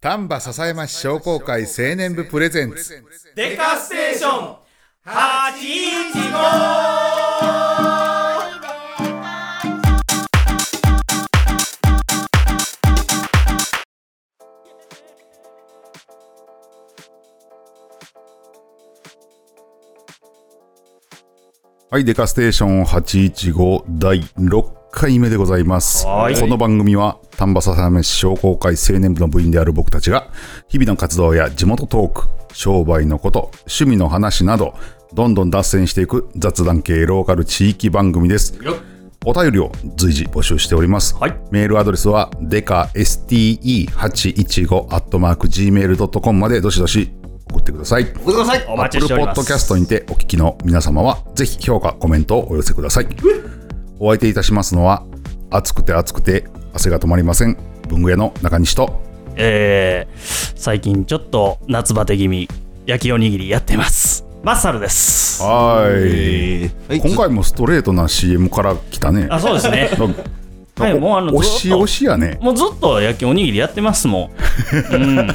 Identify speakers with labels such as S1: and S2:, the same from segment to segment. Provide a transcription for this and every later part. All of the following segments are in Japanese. S1: 丹波篠山市商工会青年部プレゼンツ
S2: デカステーション815
S1: はいデカステーション815第6回目でございます
S2: はい
S1: この番組は丹波篠山市商工会青年部の部員である僕たちが日々の活動や地元トーク商売のこと趣味の話などどんどん脱線していく雑談系ローカル地域番組です
S2: よっ
S1: お便りを随時募集しております。
S2: はい
S1: メールアドレスは、でか ste815-gmail.com までどしどし送ってください。
S3: ごめんなさい。
S2: お待ちしております
S1: Apple Podcast にてお聞きの皆様は、ぜひ評価、コメントをお寄せください。お相手いたしますのは、暑くて暑くて汗が止まりません。文具屋の中西と、
S2: えー、最近ちょっと夏バテ気味焼きおにぎりやってますマッサルです
S1: はい。
S3: はい
S1: 今回もストレートな CM から来たね。
S2: あそうで すねはいもうあの
S1: 押
S2: ずっ
S1: し
S2: と
S1: 押しやね。
S2: もうずっと焼きおにぎりやってますもん、うん、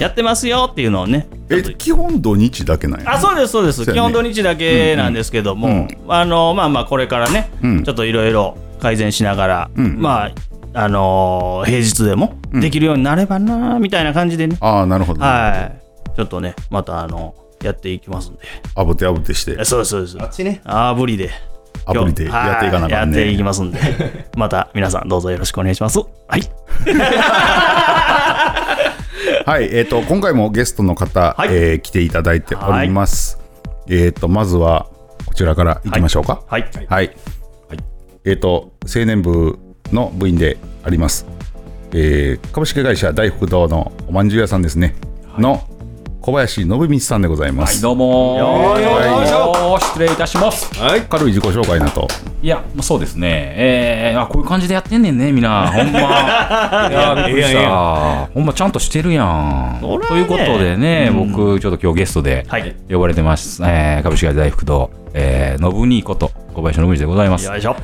S2: やってますよっていうのをねちょ
S1: え、
S2: っと
S1: 基本土日だけなんや。
S2: あそうですそうです
S1: そうや
S2: 基
S1: ね
S2: 本土日だけなんですけども、あのまあまあこれからね、
S1: うん
S2: ちょっといろいろ改善しながら、
S1: ん
S2: まああのー平日でもできるようになればなみたいな感じでね、
S1: ああ、なるほど。
S2: はいちょっとねまたあのやっていきますんで
S1: あぶてあぶてして
S2: え。そうですそうです
S3: あっちね。
S2: あぶりで
S1: アプリでやっていかなあかん
S2: はいやっていき
S1: ね。
S2: ますんでまた皆さんどうぞよろしくお願いしますはい
S1: はい、えっ、と、今回もゲストの方、
S2: はい
S1: えー来ていただいております。えっ、と、まずは、こちらからいきましょうか。
S2: はい
S1: はい。えっ、と、青年部の部員であります。えー株式会社大福堂のおまんじゅう屋さんですね。の小林信光さんでございま
S4: はい、
S1: す。
S4: どうも
S2: よー
S4: ー
S2: よ
S1: ー
S4: よー失礼いたします。
S1: 軽い自己紹介なと。
S4: いや、まあ、そうですね。えー、あ、こういう感じでやってんねんね、みんな。ほ んま。いやー、びっくりした。ほんま、ちゃんとしてるやん。
S2: そらね
S4: ということでね、僕、ちょっと今日ゲストで
S2: はい
S4: 呼ばれてます。えー、株式会社大福堂、えー、のぶにこと、小林信二でございます
S2: よ。いしょ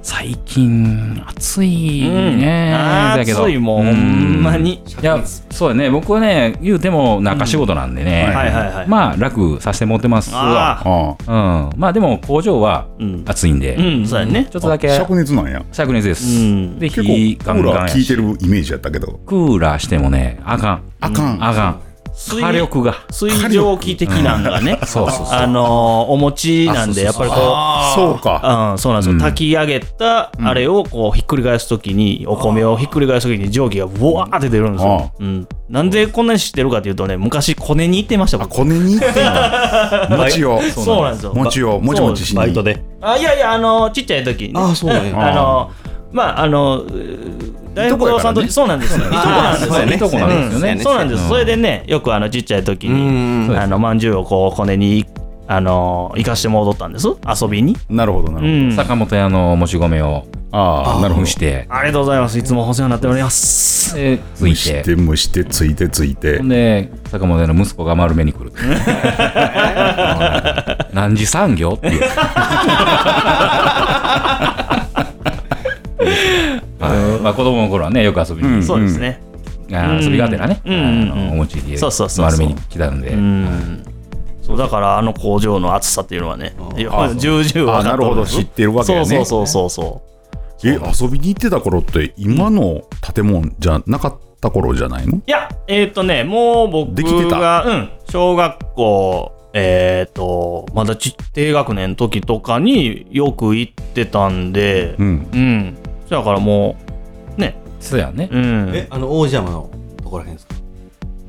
S4: 最近、暑い
S2: うん
S4: ね。だけど
S2: 暑いもうほんまに
S4: いや、そうやね。僕はね、言うても、中仕事なんでね。
S1: うん
S2: はいはいはい
S4: まあ、楽させてもらってますわ。
S1: あ
S2: あ
S4: うん、まあでも工場は
S2: うん
S4: 暑いんで、
S2: あうんそうやね
S4: ちょっと
S1: あ
S4: だけ
S1: 灼熱なんや。
S4: 灼熱です。
S2: うん
S4: で、
S1: 結
S4: 火
S1: 構、ク
S4: ガン
S1: ー
S4: ガ
S1: ラ
S4: ン
S1: ー
S4: や
S1: 効い
S4: して
S1: るイメージやったけど。
S4: クーラーしてもね、あかん、
S1: あかん。
S4: あかん、
S2: 水
S4: 火力が。
S2: 水蒸気的なんがね、
S4: そうそうそう
S2: あのーお餅なんで、やっぱりこう、
S1: そうか。
S2: うん、そうなんですよ、炊き上げたあれをこうひっくり返すときに、お米をひっくり返すときに蒸気がうわーって出るんですよ、うん、なんでこんなに知ってるかというとね昔コネに行ってました
S1: あ、
S2: 僕
S1: こねにってんの餅を。
S2: そうなんですよ
S1: 餅をもちもちしに
S2: そう
S1: バ
S2: バ
S1: イ
S2: イ
S1: トで
S2: トあいやいやあのちっちゃい時にね
S3: あそうなんや
S2: あのまああの大学堂さんと
S1: いとこやからね
S2: そうなんですよいとこなんですよ
S3: そうやね
S4: いとこなんですよね。
S3: ん
S2: そうなんです、
S4: うん
S2: それでねよくあのちっちゃい時
S3: うん
S2: にあのまんじゅうをこうコネにあの行かして戻ったんです遊びに、
S1: なるほどなるほ
S2: う
S1: ど、
S2: ん、
S4: 坂本屋のもち米を
S1: ああなるほ
S4: 蒸
S1: ど
S4: して、
S2: ありがとうございますいつもお世話になっております
S4: で、つ
S1: 蒸
S4: い、
S1: してて蒸してついてついて
S4: ほんで、坂本屋の息子が丸目に来る。 何時産業って いう。はいまあ、子供の頃はね、よく遊びに行って
S2: そうですね、
S4: あ
S2: う
S4: ー
S2: ん
S4: 遊びがてらね、あ
S2: うん
S4: のお餅で
S2: そうそうそうそう
S4: 丸めに来たんで、
S2: うんそうだからあの工場の暑さっていうのはね、いや重々
S1: あ
S2: わ
S1: あ
S2: か
S1: な
S2: っ
S1: る
S2: と
S1: ほど知ってるわけやね
S2: そうそうそうそ
S1: え遊びに行ってた頃って今の建物じゃなかった頃じゃないの
S2: ういやえっ、とねもう僕
S1: できて
S2: が
S1: た
S2: うん小学校えっ、とまだち低学年の時とかによく行ってたんで
S1: うん
S2: うん、そだからもうね
S4: そうやね。
S2: うん
S3: え、あの、王子山のところらへんですか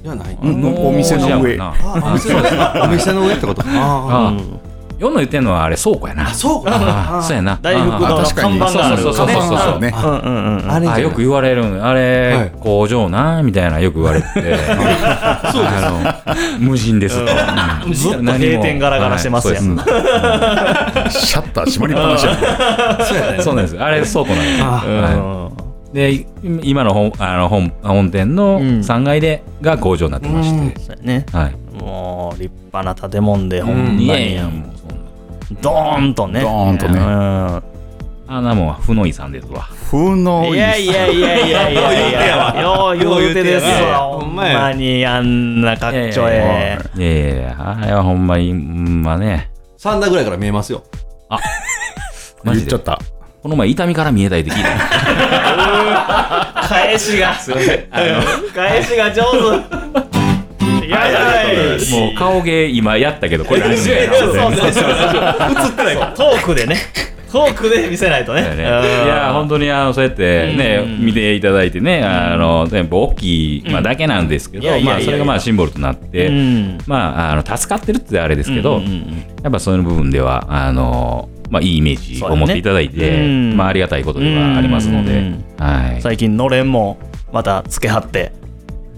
S3: じゃない。
S1: んお店の上
S4: あ
S3: あ、お店の上。お店の上ってことあ
S2: う
S4: あ、
S2: ん
S4: 世の言ってんのはあれ倉庫やな。
S3: あ。そう
S4: あ
S3: か。
S4: あそうや
S3: な。
S4: な。
S2: 大福
S4: あ
S2: 堂の
S1: 確か
S2: 看
S1: に
S2: 板がある
S4: そうそうそうそうそうそう
S1: ね
S2: うんうんうんうん
S3: あれ
S4: ああよく言われるんあ
S3: は
S4: れ
S3: い、
S4: 工場な、みたいな、よく言 われて、あの無人ですと。うん
S2: ずっと閉店ガラガラしてますやん
S4: 何もはい
S1: シャッター閉まりっぱなしやね
S3: そうや
S4: そうですそうなんです。あれ倉庫なんです
S3: あ
S4: は
S2: うん
S4: い。で、今の本あの本本店
S2: う
S4: の
S2: ん
S4: 3階でが工場になってまして、
S2: そうやね
S4: はい。
S2: もう立派な建物でほんま
S4: い
S2: に、
S4: やいや、もうそんな。
S2: ドーンとね
S1: ドーンとね
S2: うん
S4: あんなもんは、ふのいさんですわ。
S1: 風の
S2: い
S1: いい
S2: やいやいやいやいやいや、よう言うてですわ、
S3: よう言うてやな
S2: ほんまにあんなかっちょ
S4: い
S2: ええ。
S4: いやいやいや、あれはほんまに、うんまね。
S3: 三段ぐらいから見えますよ。
S4: マ
S1: 言っ
S4: ジ
S1: ちゃ
S4: で。
S1: った
S4: この前、痛みから見えたいって聞 いた。
S2: 返しが、 返しが上手。やばい。
S4: もう顔芸今やったけど、これ
S2: そうそうそうそう。映ってない。トークでね、トークで見せないとね。
S4: いや本当にあのそうやってね、
S2: うん
S4: 見ていただいてねあの全部大きい、まあ、だけなんですけ
S2: いや
S4: ど、
S2: いやいや
S4: まあ、それがまあシンボルとなって、
S2: うん
S4: まあ、あの助かってるってあれですけど、
S2: うんうんうん
S4: やっぱそういう部分ではあの、まあ、いいイメージを持っていただい
S2: そうだ
S4: て、
S2: ねうん
S4: まあ、ありがたいことではありますので、
S2: うん
S4: はい、
S2: 最近のれんもまたつけはって。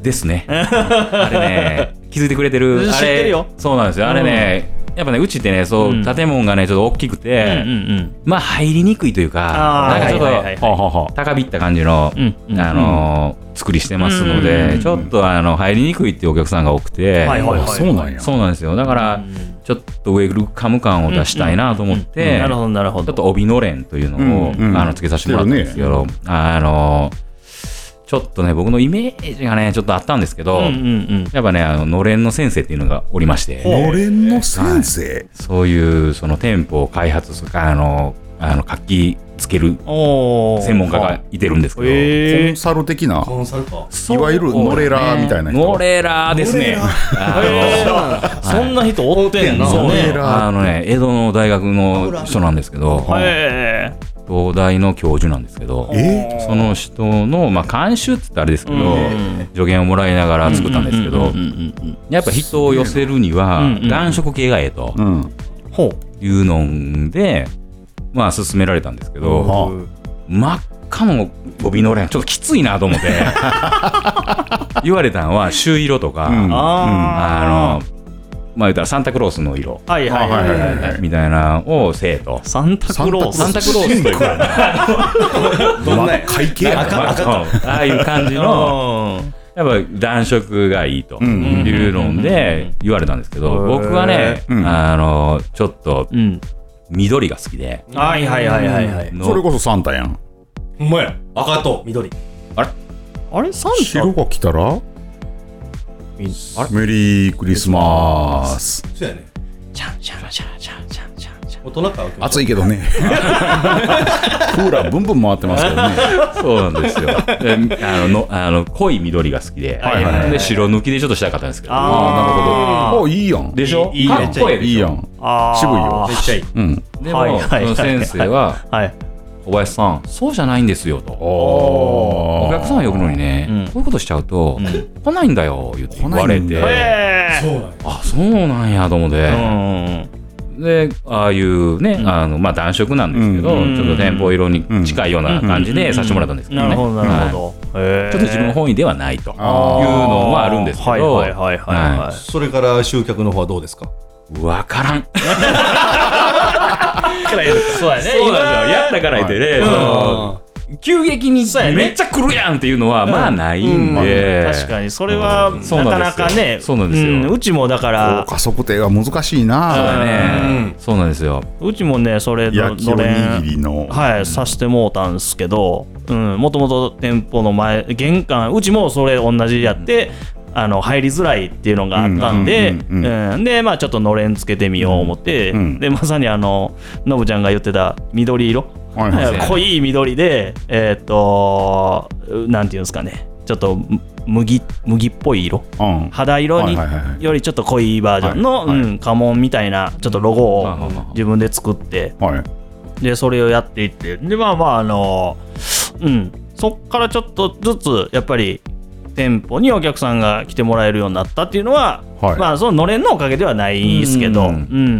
S4: ですねあ れね気づいてくれてる
S2: 知ってるよ
S4: あれそうなんですよあれね、やっぱねうちってねそう、
S2: うん
S4: 建物がねちょっと大きく
S2: うんう
S4: て、
S2: ん
S4: まあ入りにくいというか
S2: あー
S4: なんかちょっと、
S2: はいはいはいはい
S1: はあはあはあ
S4: 高びった感じの、
S2: うんうん
S4: あのー作りしてますので、
S2: うん
S4: ちょっとあの入りにくいっていうお客さんが多くて、
S2: うん。はいはいはい。
S1: そうなんや
S4: そうなんですよだから、
S2: うん
S4: ちょっとウェルカム感を出したいなと思って、
S2: うんなるほどなるほ
S4: ちょ
S2: ど
S4: っ。と帯のれんというのを、
S1: うんうん
S4: あのつけさせてもらったんですけど、あのーちょっとね僕のイメージがねちょっとあったんですけど、
S2: うんうん
S4: やっぱねあののれんの先生っていうのがおりまして、
S2: ほう
S1: のれんの先生
S4: そういうその店舗を開発するあのあの活気つける
S2: うん。おお。
S4: 専門家がいてるんですけど、
S1: コ
S2: え
S1: ンサル的な
S3: コンサルか。
S1: いわゆるノレラーみたいな人
S4: ノレラーですね。あ
S2: え
S4: の
S2: ー。そんな人おってんの
S4: そう
S1: ノレ
S4: ね
S1: ラー
S4: あのね、江戸の大学の人なんですけど、
S2: へ
S4: 東大の教授なんですけど、
S1: え
S4: その人の、まあ、監修って言ったらあれですけど、
S2: うん
S4: 助言をもらいながら
S2: え。
S4: 作ったんですけ
S2: う
S4: ど
S2: んう、んうん
S4: やっぱ人を寄せるには
S2: うんうん、
S4: 暖色系がええと
S1: うん
S2: うん。ほう。
S4: いうので、まあ、勧められたんですけど、
S1: は
S4: 真っ赤の帯のれんちょっときついなと思って 言われたのは朱色とか、
S1: うん
S4: あ
S2: あ
S4: のまあ言ったらサンタクロースの色
S2: あ。はいはい
S1: はい
S2: は
S1: はいい
S2: は。
S1: はいいはい
S4: みたいなのを生徒
S2: サンタクロース。
S4: サンタクロースというか
S1: どんな会計や
S4: まあうんああいう感 じの
S2: うん
S4: やっぱ暖色がいいと
S1: うん
S4: いうので言われたんですけど、
S2: うん
S4: 僕はね、
S1: うん
S4: あのちょっと
S2: うん。
S4: 緑が好きで、
S2: はいはいはいはいはい。
S4: の
S1: それこそサンタやん
S3: ほんまや。赤と緑。
S2: あれサンタ
S1: 白が来たらメリークリスマス
S3: そうやね。
S2: ちゃんちゃんちゃんちゃんちゃんちゃんちゃん。
S3: 大人か。
S1: 暑いけど ねクーラーブンブン回ってますけどね
S4: そうなんですよ。であののあの濃い緑が好きで、
S2: はいはいはい
S4: で白抜きでちょっとしたかったんですけど。
S1: ああなるほどあいいやん
S4: でしょ
S2: いいいいね
S4: かっこええで
S1: いい
S4: し
S1: や
S4: ょ
S1: ん
S2: あー
S1: 渋いよ
S3: めっちゃいい。
S1: うん
S4: でも、
S2: はいはいはいはい
S4: その先生は、
S2: はい。
S4: 小林さん、そうじゃないんですよと。
S1: お
S4: お客さんを呼ぶのにね、
S2: うん
S4: こういうことしちゃうと、来ないんだよ、言って言われ
S1: 来ないん
S4: て。
S1: だ
S2: え
S3: そうなんや。
S4: あ、そうなんやと思っ
S2: え。う
S4: て。
S2: ん。
S4: で、ああいうね、あの、まあ、暖色なんですけど、
S2: うん
S4: ちょっと店舗色に近いような感じでさせてもらったんですけど
S2: な
S4: ね。
S2: るほどなる
S4: はい
S2: ほど。へえ
S4: ちょっと自分の本意ではないという
S1: あー
S4: のはあるんですけど。
S2: はいはいはいはいは。
S4: はい
S3: それから集客の方はどうですか
S4: わ からん。
S2: そうやね。
S4: そうなんですよ。やったから言ってね、その
S3: あ
S4: 急激に
S2: そうやね
S4: めっちゃ来るやんっていうのは、まあないんで。
S2: 確かにそれは
S4: うん
S2: なかなかね
S4: そうなんですよそうなんです
S2: ん
S4: よ
S2: うちもだから
S1: 加速定は難しい
S4: そう
S1: な
S4: だね
S3: う。
S4: そうなんですよ。
S2: うちもねそれの
S1: 焼きお
S2: の
S1: に
S2: れん
S1: ぎりの
S2: はい、さしてもうたんすけど、うん、もともと店舗の前玄関うちもそれ同じやって、あの入りづらいっていうのがあったんで、
S1: うんうんうん
S2: うんでまあちょっとのれんつけてみよう思って、
S1: うんうん
S2: でまさにあののぶちゃんが言ってた緑色、
S1: はいはい
S2: 濃い緑でえーっとなんていうんですかねちょっとむ麦麦っぽい色
S1: うん
S2: 肌色に
S1: はいはいはい
S2: よりちょっと濃いバージョンの、
S1: はいはい
S2: うん、家紋みたいなちょっとロゴ
S4: うん
S2: を
S4: あはは
S2: 自分で作って
S1: はい
S2: でそれをやっていってでまあまああのうんそっからちょっとずつやっぱり店舗にお客さんが来てもらえるようになったっていうのは、
S1: はい
S2: まあそののれんのおかげではないですけど、う
S4: うん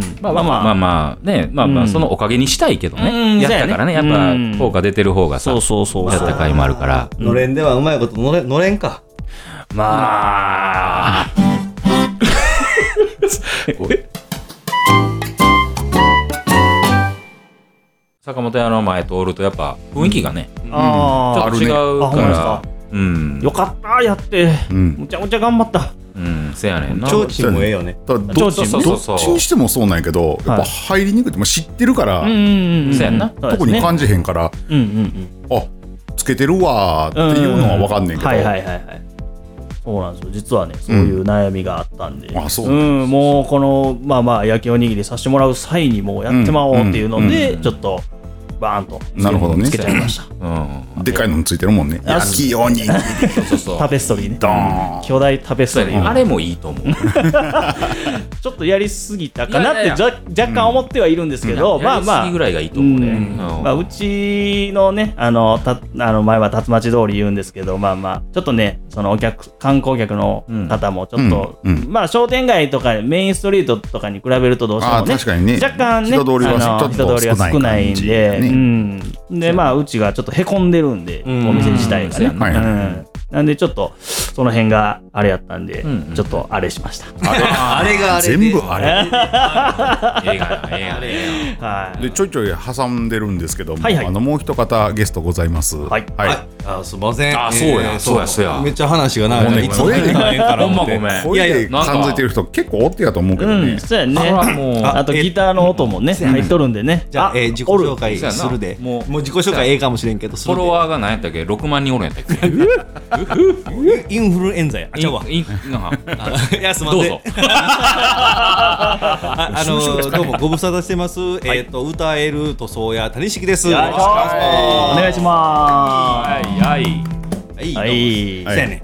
S2: ん
S4: まあまあまあまあ、ね、まあま
S2: う
S4: あ、
S2: ん
S4: そのおかげにしたいけど
S2: うん
S4: ね。やったからね、や
S2: そうやね
S4: っぱ効果出てる方がさ
S2: そう、そうそう
S4: や
S2: そ
S4: った
S2: う
S4: かいもあるから。
S3: ーのれんではうまいことのれんのれんか。
S4: まあ。坂本屋の前通るとやっぱ雰囲気がね、
S2: あー
S4: ちょっと違
S2: あ
S4: う
S2: ほん
S4: か
S2: まです
S4: ら
S2: か。
S4: うん
S2: よかったやって
S1: うん
S2: むちゃむちゃ頑張った
S4: うんうん、せやねんな。
S3: 提灯もええよね。
S1: ただど
S2: 提
S4: 灯ね
S1: どっちにしてもそうなんやけど、やっぱ入りにくいって、まあ、知ってるから、
S2: うんうんうん。
S4: そうやんな
S2: そうですね
S1: 特に感じへんから、
S2: うんうん
S1: あつけてるわ
S2: うん。
S1: ーっていうのは分かんねんけど、
S2: はいはいはいはい。そうなんですよ。実はね、そういう悩みがあったんで。
S1: あそう
S2: うん、もうこの、まあまあ、焼きおにぎりさせてもらう際にもうやってまおうっていうので、ちょっと、バーンとつけ、
S1: なるほどね
S2: つけちゃい ました。
S4: うん。
S1: でかいのについてるもんね
S2: あ
S1: 焼きおにぎり
S4: そうそうそう。
S2: タペストリーね。
S1: ドーン
S2: 巨大タペス
S4: そう
S2: ト
S4: や
S2: リ
S4: ね
S2: ー。
S4: あれもいいと思う。
S2: ちょっとやりすぎたかなって
S4: いやいやいや
S2: じゃ若干思ってはいるんですけど、まあま
S4: やりす
S2: あ
S4: ぎぐ。らいがいいと
S2: う
S4: 思うんね。うん
S2: まあ、うちのね、あの、たあの前は竜町通り言うんですけど、まあまあ、ちょっとね、そのお客、観光客の方もちょっと、
S1: うんうん
S2: まあ、商店街とかメインストリートとかに比べるとどうして
S1: あ
S2: も
S1: ー
S2: ね、
S1: 確かにね
S2: 若干ね、
S1: 人通りは
S2: あ
S1: ちょ
S2: の
S1: っ
S2: 人
S1: と
S2: 通りは
S1: 少
S2: 少
S1: な
S2: ないい
S1: 感
S2: ん
S1: じ
S2: で、
S1: ね
S2: うん。で、まあ、うちがちょっとへこんでるんで、
S3: うん
S2: お店自体が
S4: そうや
S2: ね。
S4: な
S1: はい
S2: うんなんで、ちょっと、その辺があれやったんで、
S4: んうん
S2: ちょっとあれしました。
S3: あれがあれで。
S1: 全部あれ
S4: 映画や、映画や。
S2: はい。
S1: でちょいちょい挟んでるんですけども、
S2: はいはい
S1: あのもう一方ゲストございます
S2: はい
S1: は
S3: あすいません。
S4: あそうや
S3: えー
S4: そうやそうや
S3: めっちゃ話が長
S1: ごめ
S3: い。
S1: ん
S3: いつも
S1: ごめん
S3: 聞かへんから思って
S4: ほんまごめん
S1: 声
S3: いやい
S1: で
S3: や
S4: なんか
S1: 感じてる人結構おってやと思うけど
S2: う
S1: ね
S2: ん、、そうやね。
S4: あらもう
S2: あと
S3: え
S2: ギターの音もね、
S3: せやね
S2: 入っとるんでね。
S3: じゃあ、えー自己
S2: おる
S3: 紹介するで。
S4: そうや
S3: も
S4: な
S3: うもう自己紹介ええかもしれんけど、
S4: フォロワーが何やったっけ ?6 万人おるんやったっけ
S3: ー。インインフルエンザや。あ、ちゃうわ。
S4: いいなん か
S3: いや、すいま
S4: どう
S3: せん
S4: ぞ。。
S3: ああのーどうもご無沙汰してます。えっと、歌える塗装屋、谷敷です。
S2: よ
S3: よ
S2: ろ
S3: ろ
S2: し
S3: し
S2: く
S3: く
S2: お
S3: お願いしま
S2: 願いしま
S4: はいはい。
S3: す。
S2: す。
S3: は。
S2: はいい。
S3: そうやね。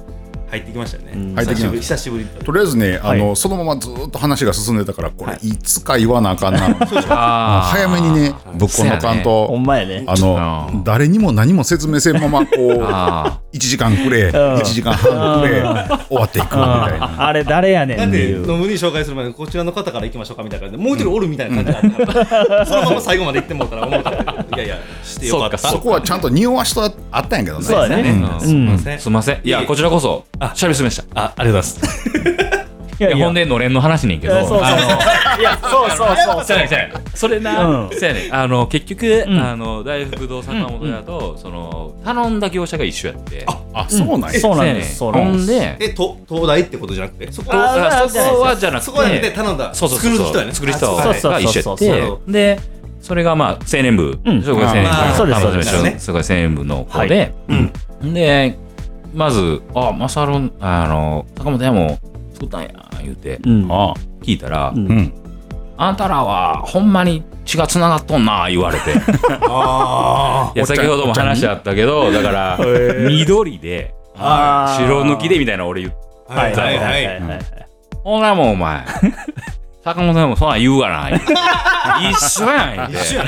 S3: 入ってきましたね。
S2: ん
S1: 入っ
S3: 久
S1: てき
S3: しぶ
S1: ま
S3: り、
S1: し
S3: 久しぶりだった。
S1: とりあえずね、あ
S2: は
S1: のそのままずっと話が進んでたからこれいつか言わなあかんな、
S4: あー
S1: 早めにねぶっこんどかん
S2: ほ
S1: と、
S2: んまやね。
S1: あ
S4: あ
S1: の誰にも何も説明せんままこう
S4: あ
S1: 1時間くれ
S2: ん
S1: 1時間半くれ
S2: うん
S1: 終わっていくみ
S2: うん
S1: たいな
S2: あれ誰やねん
S3: な
S2: っ
S3: ん
S2: て
S3: で、
S2: い
S3: ノ
S2: う。
S3: ムに紹介する前に、こちらの方から行きましょうかみたいな感じで、もう一人おるみたいな感じだったから、そのまま最後まで行ってもらったら思うから、いやいや、してよかった。
S4: そう
S1: そこはちゃんと匂わしとあったんやけどね
S2: そうやね。
S4: ー
S2: う
S4: うん
S2: ん。
S3: ね
S4: すみません。いや、こちらこそ、しゃべりすぎました。
S3: あ、ありがとうございます。
S2: いや
S4: いや、ほん
S2: で。
S4: で、のれんの話ねんけ
S2: いや
S4: ど。
S2: そうそうそう。いや、そうそうそう
S4: そ
S2: そうう
S4: や。ねんそうやねんそれな
S2: う、ん
S4: そうやねんあの、結局、
S2: ん
S4: あの、大福堂坂本屋と、その、頼んだ業者が一緒やって。
S1: あ そうなんや
S2: そう
S4: そ
S2: な
S4: うん
S2: で
S4: やねん
S2: す。そう
S4: ほ
S2: なん
S4: ん
S2: です。
S4: で、
S3: え、と東大ってことじゃなくて、そこ
S2: あー
S4: あそこはじゃなくて、
S3: そこはね、頼んだ、
S4: そうそうそうそう
S3: 作る人やね。
S4: 作る人
S3: あ
S2: そうそう
S4: が一緒やっ
S2: そうそう
S3: そ
S4: てでそれがまあ青年部、
S2: うん
S4: そこが青
S3: あー
S4: 年部
S2: そうですそうです
S4: 彼女のすごい青年部の子で、うんでまず「あマサロンあの坂本屋も作ったんや」言うて
S2: うん。
S1: あ
S4: 聞いたら「
S2: うん
S1: うん
S4: あんたらはほんまに血がつながっとんな」言わ れて
S3: あ
S4: いや先ほども話あったけどだ から緑で
S2: あー
S4: 白抜きでみたいな俺言って
S3: あ。はいはいはい。
S2: いはい。
S4: ほらもうお 前坂本屋もそんなん言うが な一緒やん言うて
S3: 一緒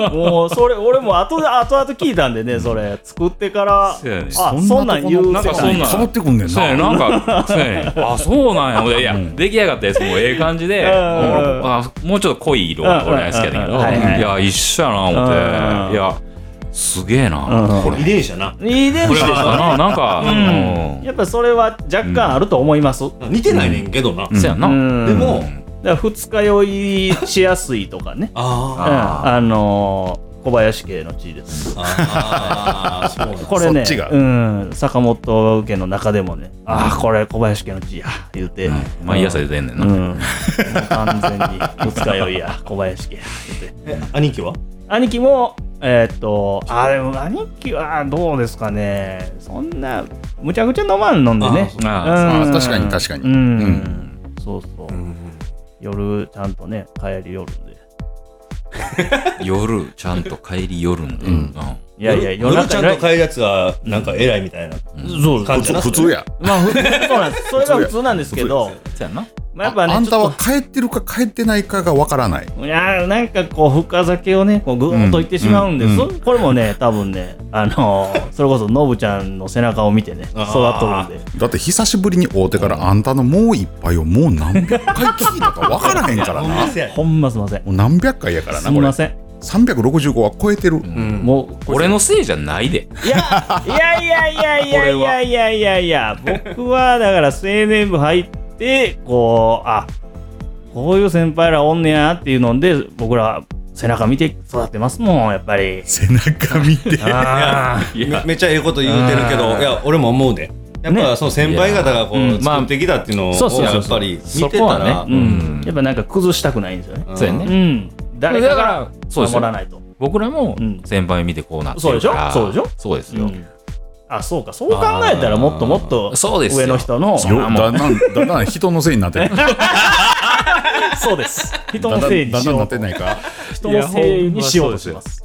S3: や
S2: もうそれ俺も後で後々聞いたんでねそれ作ってから
S4: そうやね
S2: あそんなん言う
S1: なんかそんなん変わってくんねん
S4: そう
S1: な
S4: やねなんか、そうやねあ、そうなんや。いや、出来上がったやつもええ感じで、
S2: うん
S4: もうあもうちょっと濃い色が俺は好きやったけ
S2: うんはいはい
S4: ど、いや、一緒やな、思って。
S2: うん
S4: いや、すげえな、
S2: うん
S4: こ
S3: な。
S4: れ。
S3: 遺伝子やな。
S2: いいで
S4: これ
S2: しょ
S4: はな、なんか、うん
S2: やっぱそれは若干あると思います。
S3: 似てないねんけどな。
S4: そうやな。
S2: うん
S3: でも、。
S2: だから二日酔いしやすいとかね
S3: あ
S2: うん、あのー小林家の地位です。
S3: ーあー、そうなんだ
S2: これね、
S1: そっちが
S2: うん、坂本家の中でもね、ああ、これ小林家の地位や、言うて、
S4: 毎朝出てんねん
S2: う
S4: な。
S2: ん、
S4: うん
S2: もう完全に二日酔いや、小林家や、言うて。
S3: え兄貴は
S2: 兄貴も、えーっと、あーでも兄貴はどうですかね、そんな、むちゃくちゃ飲まん飲んでね。
S4: あ
S1: あ
S2: うん
S1: 確かに確かに
S2: うん
S1: う
S2: そうそう、夜ちゃんとね帰り夜で
S4: 夜、ちゃんと帰り夜んで。うん
S2: いやいや
S3: 夜ちゃんと
S2: 夜
S3: 買えるやつがなんか偉いみたいな
S2: そう
S3: 感じやな
S1: 普通や
S2: まあふそうなんですそれが普通なんですけど
S4: そうやな。
S2: ま
S1: あ
S2: あ、やっぱね
S1: あんたは
S2: ち
S1: 帰ってるか帰ってないかがわからない
S2: ょっといやーなんかこう深酒をねこうぐーっといってしまうんです、
S1: うん
S2: これもね多分ねあの ーそれこそノブちゃんの背中を見てね育っとるんで
S1: だって久しぶりに会うてからあんたのもう一杯をもう何百回聞いたかわからへんからなも
S3: せや
S2: ほんますいません
S1: う何百回やから
S2: す
S1: な
S2: み
S1: これ
S2: ません
S1: 365は超えてる
S2: もう
S4: 俺のせいじゃないで。
S2: いや、いやいやいやいやいやいやいやいや、僕はだから青年部入って、こう、あこういう先輩らおんねやっていうので、僕ら背中見て育ってますもん、やっぱり。
S1: 背中見て
S2: あ
S4: いや
S3: めめっちゃええこと言うてるけど
S2: うん
S3: いや俺も思うでやっぱその先輩方がこ
S4: いや
S3: う
S4: うんまあ
S3: 作ってきたっていうのを
S4: そうそうそう
S3: やっぱり見て
S4: そこ
S3: た
S4: は
S3: ら
S4: ねうん
S2: やっぱなんか崩したくないんですよね。
S3: うん
S4: そうやね
S2: うん。誰か
S4: だか
S2: が
S4: らそうで
S2: 守
S4: すよ
S2: らないと。
S4: 僕らも
S2: うん
S4: 先輩見てこうなってるから
S2: そうでしょそうでし
S4: そうです
S2: う
S4: よ
S2: んあ、そうか。そう考えたらもっともっと
S4: そうですよ
S2: 上の人の。
S4: そう
S1: よだんだんだんだん人のせいになってるだ
S2: そうです。 人
S1: ん
S2: の
S1: だん
S2: せいに
S1: だん
S2: し
S1: だん
S2: よ
S1: な
S2: う
S1: っ
S2: と
S1: て。ないか
S2: 人のせいにしようとします。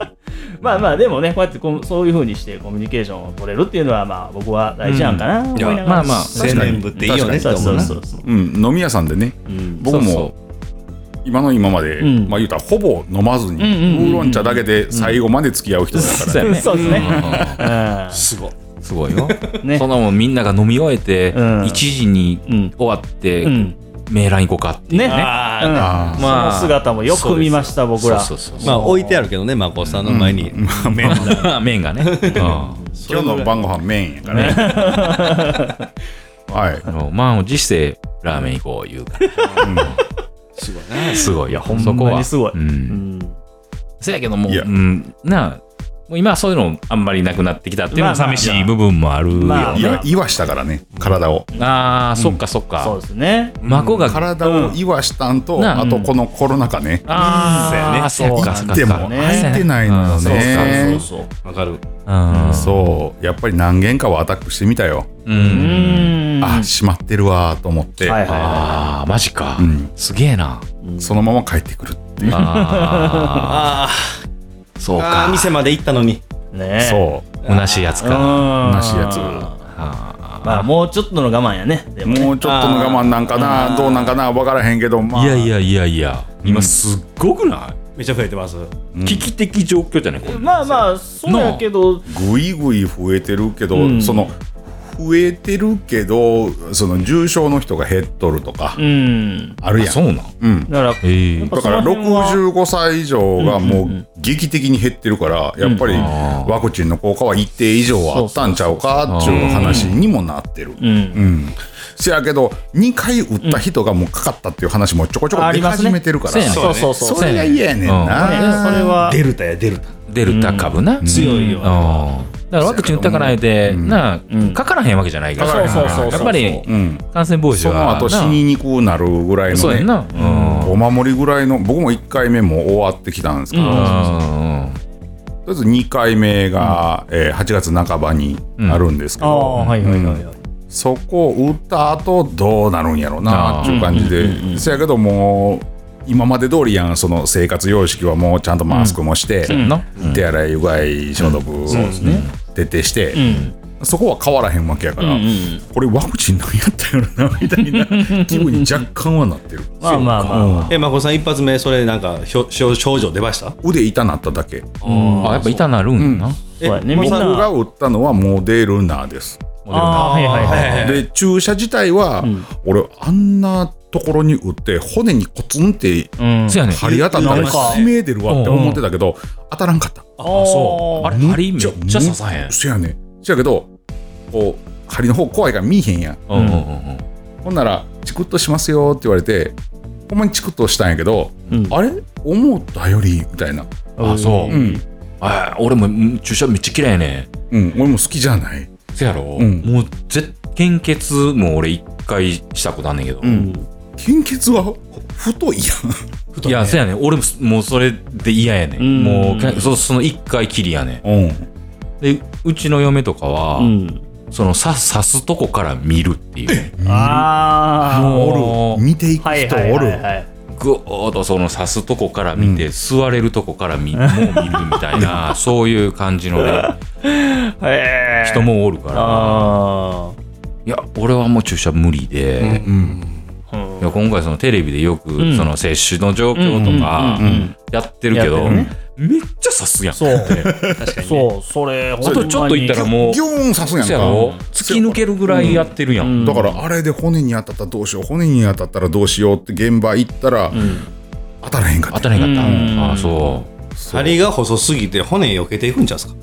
S2: まあまあ、でもね、こうやってこうそういうふうにしてコミュニケーションを取れるっていうのは、まあ僕は大事なんかな。思いながら
S4: まあまあ
S2: そ
S4: 青
S3: 青
S4: 年
S3: 年部っていいよねって
S2: う
S3: 思
S2: そうう
S3: な
S2: そうそう。
S1: うん飲み屋さんでね
S3: うん
S1: 僕
S4: そうそう
S1: も今の今まで、
S2: うん
S1: まあ言うたらほぼ飲まずに、ウ
S2: んうんうん
S1: ーロン茶だけで最後まで付き合う人だから、
S4: そうやね
S2: そうですね
S4: うん
S2: うん
S3: すごい
S4: すごいよ
S2: ね
S4: そんなもんみんなが飲み終えて
S2: うん
S4: 1時に
S2: うん
S4: 終わって
S2: うん
S4: メーラン行こうかっていう
S2: ね
S4: ね
S3: あー
S2: うん
S1: あ
S2: その姿もよく見ました、僕ら。
S4: そうそうそう
S3: まあ置いてあるけどねまこさんの前に
S1: あ麺だ
S4: そう麺 がねうん
S3: そ
S1: 今
S3: れぐ
S1: 日
S3: らい
S1: の晩ご飯麺やからねはい
S4: あのまあ実勢ラーメン行こう言 うから
S3: すごいね
S4: すごいよ
S2: ほんまにすごい
S4: うん
S2: うん
S4: せやけどもう、
S1: いや
S4: うん、なあ、もう今はそういうのあんまりなくなってきたっていうの
S2: まあ
S4: も
S2: まあ
S4: 寂しい部分もあるよね。
S2: まあ
S1: いや言わしたからね体を
S4: ああ、そっかそっか。
S2: そうですね。
S4: マコが、あ
S1: 体を言わしたんと、
S4: うん
S1: あとこのコロナ禍ね、
S4: あー、
S2: そうやね
S4: そっかそっか。
S1: でも
S2: 入
S1: ってないのよ
S4: う
S1: ね
S4: ん
S2: そう
S1: ね
S2: そうそう
S3: わかる
S4: うん。
S1: そうやっぱり何軒かはアタックしてみたよ、
S4: う。
S2: そう。うんん。
S1: あ閉まってるわと思って、
S2: はいは
S4: ああ、マジか
S1: うん。
S4: すげえな。
S1: そのまま帰ってくるっていう、
S3: あ
S4: ああ、そう
S3: ーあ
S4: か
S3: ー。店まで行ったのに
S2: い。ね
S1: そ
S4: 虚しいやつ
S2: う
S4: か。
S2: ん。
S1: なしいやつ
S4: あ
S2: まあ、もうちょっとの我慢やね。で
S1: う
S2: もね
S1: もうちょっとの我慢なんかなどうなんかな分からへんけどま
S4: ー
S1: あ
S4: いやいやいやいや、今すっごくな
S3: めっちゃ増えてます
S4: い危機的状況じゃないこれ。
S2: まあまあ、そうやけど、
S1: ぐいぐい増えてるけど、
S2: うん
S1: その増えてるけどその重症の人が減っとるとか
S2: うん。
S1: ある
S4: あ
S1: やん、
S4: そうなん。
S1: うん、
S2: だから、
S4: ええ。
S1: だから
S2: その辺は
S1: 65歳以上がもう劇的に減ってるから、やっぱり
S4: あー
S1: ワクチンの効果は一定以上はあったんちゃうかっていう話にもなってる。
S2: うん
S1: う。んせやけど2回打った人がもうかかったっていう話もちょこちょこ
S2: あ
S1: 出
S2: りますね
S1: 始めてるから、
S4: そうやね
S2: そうそうそう。
S1: それが嫌やねん
S2: ね
S1: な。
S2: それは、
S3: デルタやデルタ
S4: デルタ株な。
S3: 強いよ
S4: あーだからワクチン打ったからえて、なあ、かからへんわけじゃないか
S1: か
S4: ら、
S1: からへん
S4: やっぱり
S1: うん、
S4: 感染防止
S1: そ
S4: は
S1: の
S4: な
S1: 後死ににくくなるぐらい
S4: そうやん
S1: のね
S4: な、うん
S1: お守りぐらいの僕も1回目も終わってきたんですけど、
S2: うん
S1: とり
S4: あ
S1: あえず2回目が、えー8月半ばになるんですけ
S2: あ
S1: ど、
S2: あ、はいはいはいはい。
S1: そこを打った後どうなるんやろうなっていう感じでせやけどもう今まで通りやんその生活様式はもうちゃんとマスクもして、
S4: ーな
S1: 手洗いうがい消毒を徹底して、そこは変わらへんわけやから、これワクチンなんやったんや ろなみたいな気分に若干はなってる
S2: まあまあまあまあ。
S3: えまこさん一発目それなんかひょ症症状出ました
S1: 腕痛なっただけ
S4: あやっぱ痛なるんやな、
S3: え
S2: そうやね、みん
S1: 僕
S2: な。
S1: が打ったのはモデルナです
S4: モデルナ
S2: ああー、はいはいはい。
S1: で注射自体は、俺あんなところに打って骨にコツンって
S2: うん。
S4: そうやねん
S1: 針当たったら
S2: なんか
S1: 悲鳴出るわって思ってたけど、当たらんかった。
S2: あ
S4: そうあれ針めっちゃ刺さへん
S1: そやね。そやけど、こう、針の方怖いから見えへんやん。
S4: うんうんうん
S1: ほんなら、チクッとしますよって言われて、ほんまにチクッとしたんやけど、
S2: うん
S1: あれ思ったよりみたいな。
S4: あそうう、
S1: うん。
S4: あ俺もうん注射めっちゃ嫌いやね
S1: うん、俺も好きじゃない。
S4: せやろ、
S1: うん
S4: もう絶献血も俺一回したことあんねんけど、
S1: ん。献血は太いや
S4: いやせやねん俺もすもうそれで嫌やねん、
S2: うん
S4: もうけそその一回きりやねん
S1: ん。うん。
S4: でうちの嫁とかは、
S2: うん。
S4: その刺刺すとこから見るっていう
S2: あ
S4: もう
S1: 見ていく
S2: あ、はい
S1: 人
S2: はい
S1: お
S2: は
S1: る。
S2: いはい。
S4: ぐーっとその刺すとこから見て、座れるとこから見もう見るみたいなそういう感じの、ね、
S2: へえ。
S4: 人。もおるから
S2: あ
S4: いや俺はもう注射無理で、
S2: あ。うん
S4: いや今回そのテレビでよく、
S2: ん
S4: その接種の状況とか
S2: うんうんうん
S4: やってるけど、
S2: やってるね
S4: めっちゃ刺すやん。
S2: そう
S3: 確かにね
S2: そう、それ、
S4: あとちょっといったらもう
S1: ギョーン刺すんやん
S4: そや
S1: か。
S4: ろ突き抜けるぐらいやってるやん。
S2: うん
S1: だからあれで骨に当たったらどうしよう骨に当たったらどうしようって現場行ったら、当たらへんかっ
S4: 当
S1: た
S4: たらへんかった。
S2: うん
S4: ああそ
S3: 針が細すぎて骨避けていくんちゃうんすか